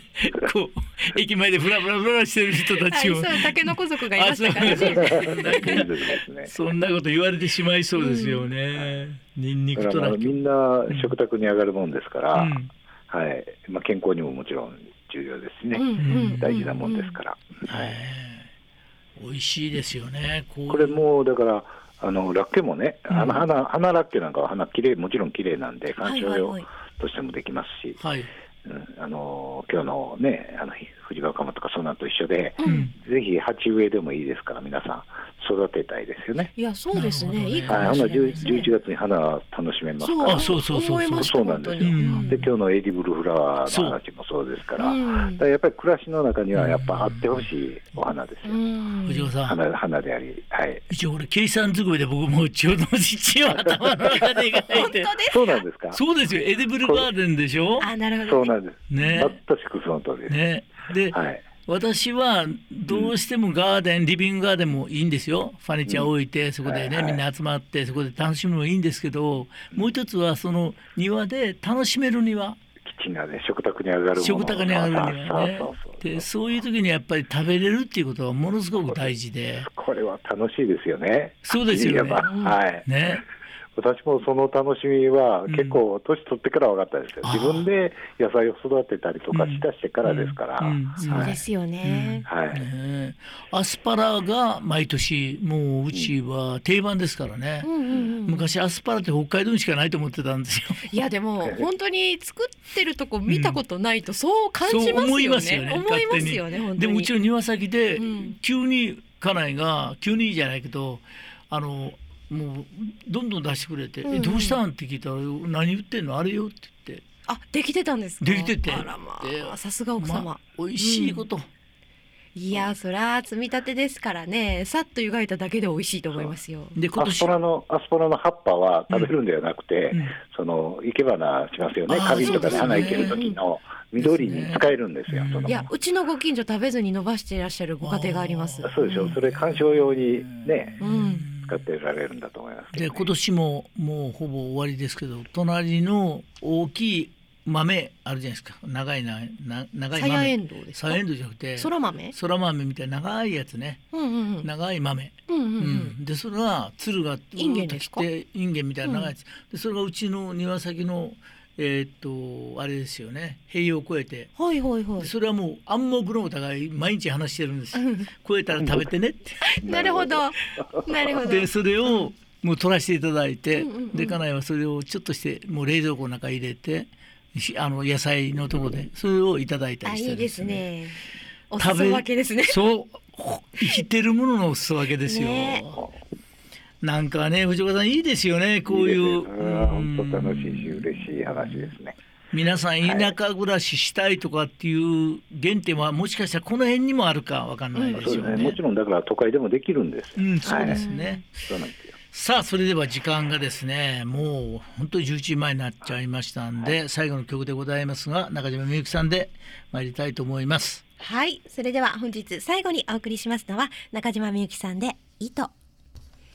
[SPEAKER 2] こう駅前でフラフラフラしてる人た
[SPEAKER 1] は
[SPEAKER 2] ち
[SPEAKER 1] い、
[SPEAKER 2] を
[SPEAKER 1] そう、、タケノコ族がいま
[SPEAKER 2] あ
[SPEAKER 1] し
[SPEAKER 2] そう
[SPEAKER 1] たからね。
[SPEAKER 2] なん
[SPEAKER 3] ネギ
[SPEAKER 2] か
[SPEAKER 3] 族ですね。
[SPEAKER 2] そんなこと言われてしまいそうですよね。ニンニ
[SPEAKER 3] だ
[SPEAKER 2] ク
[SPEAKER 3] か
[SPEAKER 2] と
[SPEAKER 3] らまあ
[SPEAKER 2] らけ。
[SPEAKER 3] みんな食卓に上がるもんですから、
[SPEAKER 2] うん
[SPEAKER 3] はい、まあ健康にももちろん重要ですしね、
[SPEAKER 1] うんうん
[SPEAKER 3] 大事なもんですから。
[SPEAKER 2] はい。美味しいですよね。こういう
[SPEAKER 3] これもうだからあのラッケもね、
[SPEAKER 2] うん
[SPEAKER 3] 花花花ラッケなんかは花綺麗もちろん綺麗なんで
[SPEAKER 1] は
[SPEAKER 3] 観
[SPEAKER 1] い
[SPEAKER 3] 賞
[SPEAKER 1] はい
[SPEAKER 3] 用
[SPEAKER 1] はい。
[SPEAKER 3] としてもできますし、
[SPEAKER 2] はい。
[SPEAKER 3] うんあの今日のねあの藤川鎌とかそんなのと一緒で、
[SPEAKER 1] うん。
[SPEAKER 3] ぜひ鉢植えでもいいですから皆さん育てたいですよね。
[SPEAKER 1] いや、そうです
[SPEAKER 2] なる
[SPEAKER 1] ね。
[SPEAKER 2] ほどね
[SPEAKER 1] いいか
[SPEAKER 3] はい、
[SPEAKER 1] も
[SPEAKER 3] ほ
[SPEAKER 1] し
[SPEAKER 3] な
[SPEAKER 1] れない
[SPEAKER 3] 11
[SPEAKER 1] ですね。
[SPEAKER 3] 月に花は楽しめますか
[SPEAKER 1] そう、
[SPEAKER 2] あ
[SPEAKER 3] ら。
[SPEAKER 2] そうそうそうそう
[SPEAKER 1] 思いました
[SPEAKER 3] そうなんですよ
[SPEAKER 1] 本当に
[SPEAKER 3] で今日のエディブルフラワーの話もそうですから、だ
[SPEAKER 1] うん
[SPEAKER 3] からやっぱり暮らしの中にはやっぱあってほしいお花ですよ。
[SPEAKER 1] うん
[SPEAKER 2] 藤子さん。
[SPEAKER 3] 花花であり、はい。
[SPEAKER 2] 一応これ計算づくめで僕もうちょうど父を頭の中で描いて。
[SPEAKER 3] そうなんですか。
[SPEAKER 2] そうですよ。エディブルガーデンでしょ。
[SPEAKER 1] あ、なる
[SPEAKER 3] そ
[SPEAKER 1] ほ
[SPEAKER 3] う
[SPEAKER 1] どね。
[SPEAKER 3] なんです。
[SPEAKER 2] ね
[SPEAKER 3] 全くその通りです。
[SPEAKER 2] ね。で、
[SPEAKER 3] はい。
[SPEAKER 2] 私はどうしてもガーデン、リビングガーデンもいいんですよファニチャー置いてそこでね、
[SPEAKER 3] はいはい
[SPEAKER 2] みんな集まってそこで楽しむのもいいんですけどもう一つはその庭で楽しめる庭
[SPEAKER 3] キッチンがね、食卓に上がるもの。
[SPEAKER 2] 食卓にある庭ね
[SPEAKER 3] そうそうそう
[SPEAKER 2] でそういう時にやっぱり食べれるっていうことはものすごく大事で
[SPEAKER 3] これは楽しいですよね。
[SPEAKER 2] そうですよね
[SPEAKER 3] やっぱはい。
[SPEAKER 2] ね
[SPEAKER 3] 私もその楽しみは
[SPEAKER 2] うん
[SPEAKER 3] 結構年取ってから分かったんですけど、
[SPEAKER 2] あー
[SPEAKER 3] 自分で野菜を育てたりとかしだしてからですから、
[SPEAKER 2] うんうん
[SPEAKER 1] そうですよね。
[SPEAKER 3] はい、
[SPEAKER 2] ねアスパラが毎年もううちは定番ですからね、
[SPEAKER 1] うんうんうん。
[SPEAKER 2] 昔アスパラって北海道にしかないと思ってたんですよ
[SPEAKER 1] いやでも本当に作ってるとこ見たことないとそう感じますよね。
[SPEAKER 2] そう思いますよね
[SPEAKER 1] 思いますよね本当に。
[SPEAKER 2] でもうちの庭先で
[SPEAKER 1] うん
[SPEAKER 2] 急に家内が急にじゃないけどあのもうどんどん出してくれて「
[SPEAKER 1] うんうん
[SPEAKER 2] えどうしたん?」って聞いたら「何言ってんのあれよ」って言って
[SPEAKER 1] あできてたんですか。
[SPEAKER 2] できてて
[SPEAKER 1] あらま
[SPEAKER 2] で
[SPEAKER 1] あさすが奥様。
[SPEAKER 2] まあ美味しいこと、
[SPEAKER 1] いやそら積み立てですからね。さっと湯がいただけで美味しいと思いますよ。
[SPEAKER 2] で今
[SPEAKER 3] アス
[SPEAKER 2] 年
[SPEAKER 3] パラのアスパラの葉っぱは食べるんではなくて、
[SPEAKER 2] うん
[SPEAKER 3] その生け花しますよね
[SPEAKER 2] あー
[SPEAKER 3] 花瓶とかで
[SPEAKER 2] そう
[SPEAKER 3] 花
[SPEAKER 2] ですね
[SPEAKER 3] いける時の緑に使えるんです
[SPEAKER 2] で
[SPEAKER 3] よ
[SPEAKER 2] すね
[SPEAKER 3] その
[SPEAKER 1] いやうちのご近所食べずに伸ばしていらっしゃるご家庭があります。
[SPEAKER 2] あー
[SPEAKER 3] そうでしょそれ観賞用にね
[SPEAKER 1] うん
[SPEAKER 3] 使ってられるんだと思いますけど
[SPEAKER 2] で今年ももうほぼ終わりですけど隣の大きい豆あるじゃないですか長いなな長い
[SPEAKER 1] サヤエ
[SPEAKER 2] 豆
[SPEAKER 1] ンドウです
[SPEAKER 2] サヤ
[SPEAKER 1] か
[SPEAKER 2] エ。ンドウじゃなくて
[SPEAKER 1] そら豆。
[SPEAKER 2] そら豆みたいな長いやつね
[SPEAKER 1] うんうんうん。
[SPEAKER 2] 長い豆。
[SPEAKER 1] うんうんう。
[SPEAKER 2] うんん、でそれが鶴がう
[SPEAKER 1] インゲ
[SPEAKER 2] ー
[SPEAKER 1] ン
[SPEAKER 2] っと
[SPEAKER 1] です
[SPEAKER 2] 来
[SPEAKER 1] か
[SPEAKER 2] てインゲンみたいな長いやつ、でそれがうちの庭先のえーっとあれですよね塀を越えて、
[SPEAKER 1] はいはいは
[SPEAKER 2] でそれはもう暗黙のお互い毎日話してるんですよ越えたら食べてねって
[SPEAKER 1] い。なるほど。なるほど。
[SPEAKER 2] でそれをもう取らせていただいて、
[SPEAKER 1] うんうんうん
[SPEAKER 2] で家内はそれをちょっとしてもう冷蔵庫の中に入れてしあの野菜のところでそれをいただいた
[SPEAKER 1] あ
[SPEAKER 2] りし
[SPEAKER 1] い
[SPEAKER 2] て
[SPEAKER 1] い
[SPEAKER 2] るん
[SPEAKER 1] ですね。お裾分けですね。
[SPEAKER 2] そうほ生きてるもののお裾分けですよ。
[SPEAKER 1] ね
[SPEAKER 2] なんかね藤岡さんいいですよねこういう。
[SPEAKER 3] ですねは本当楽しいし
[SPEAKER 2] うん
[SPEAKER 3] 嬉しい話ですね
[SPEAKER 2] 皆さん田舎暮らししたいとかっていう原点はもしかしたらこの辺にもあるかわかんないで
[SPEAKER 3] そう
[SPEAKER 2] す
[SPEAKER 3] で
[SPEAKER 2] よ
[SPEAKER 3] すねも
[SPEAKER 2] ね
[SPEAKER 3] ち。ろんだから都会でもできるんです
[SPEAKER 2] う
[SPEAKER 3] よ
[SPEAKER 2] ん、そうですね、
[SPEAKER 3] そうなんですよ
[SPEAKER 2] さあそれでは時間がですねもう本当に11時前になっちゃいましたんで、最後の曲でございますが中島みゆきさんで参りたいと思います
[SPEAKER 4] はいそれでは本日最後にお送りしますのは中島みゆきさんで糸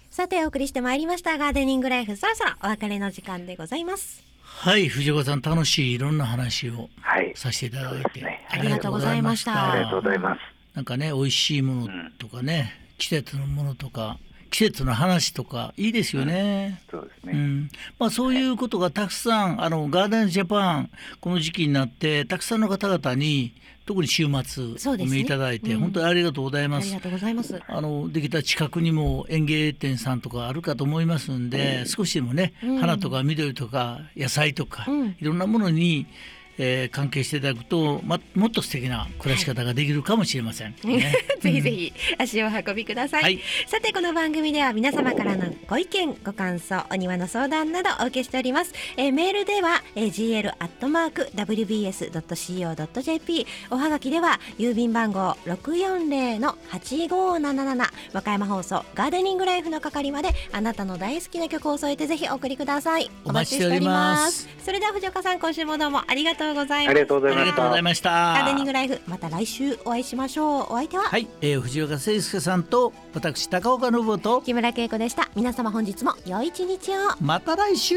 [SPEAKER 4] さてお送りしてまいりましたガーデニングライフそろそろお別れの時間でございます
[SPEAKER 2] はい藤岡さん楽しいいろんな話を
[SPEAKER 3] はい
[SPEAKER 2] させていただい
[SPEAKER 3] そうで
[SPEAKER 2] て、
[SPEAKER 3] すね
[SPEAKER 1] ありがとうございました
[SPEAKER 3] ありがとうございます
[SPEAKER 2] なんかね美味しいものとかね、季節のものとか季節の話とかいいですよね。
[SPEAKER 3] そうで
[SPEAKER 2] う
[SPEAKER 3] すね、
[SPEAKER 2] んまあ、そういうことがたくさんあのガーデンジャパンこの時期になってたくさんの方々に特に週末
[SPEAKER 4] そう
[SPEAKER 2] お
[SPEAKER 4] ですね
[SPEAKER 2] 見いただいて、
[SPEAKER 4] うん
[SPEAKER 2] 本当にありがとうござい
[SPEAKER 4] あ
[SPEAKER 2] ま
[SPEAKER 4] り
[SPEAKER 2] す
[SPEAKER 4] が。とうございます
[SPEAKER 2] あのできた近くにも園芸店さんとかあるかと思いますんで、少しでもね、花とか緑とか野菜とか、
[SPEAKER 4] うん
[SPEAKER 2] いろんなものに、ええー関係していただくと、ま、もっと素敵な暮らし方ができるかもしれま せん。ね
[SPEAKER 1] ぜひぜひ足をお運びください、
[SPEAKER 2] はい
[SPEAKER 1] さてこの番組では皆様からのご意見ご感想お庭の相談などお受けしております、えーメールでは、えー gl.wbs.co.jp おはがきでは郵便番号640-8577和歌山放送ガーデニングライフの係まであなたの大好きな曲を添えてぜひお送りください
[SPEAKER 2] お待ちしております
[SPEAKER 1] お待ちしておりまそれでは藤岡さん今週もどうもありがとうござい
[SPEAKER 3] あ
[SPEAKER 1] ま
[SPEAKER 3] り
[SPEAKER 1] す
[SPEAKER 3] がとうご
[SPEAKER 2] あ
[SPEAKER 3] ざいま
[SPEAKER 2] りが
[SPEAKER 3] し
[SPEAKER 2] とうご
[SPEAKER 3] た
[SPEAKER 2] ざい。まし
[SPEAKER 1] ガーデ
[SPEAKER 2] た
[SPEAKER 1] ニン。グライフまた来週お会いしましょうお相手は
[SPEAKER 2] はい、えー藤岡誠介さんと私高岡信夫と
[SPEAKER 1] 木村恵子でした皆様本日も良い一日を
[SPEAKER 2] また来週。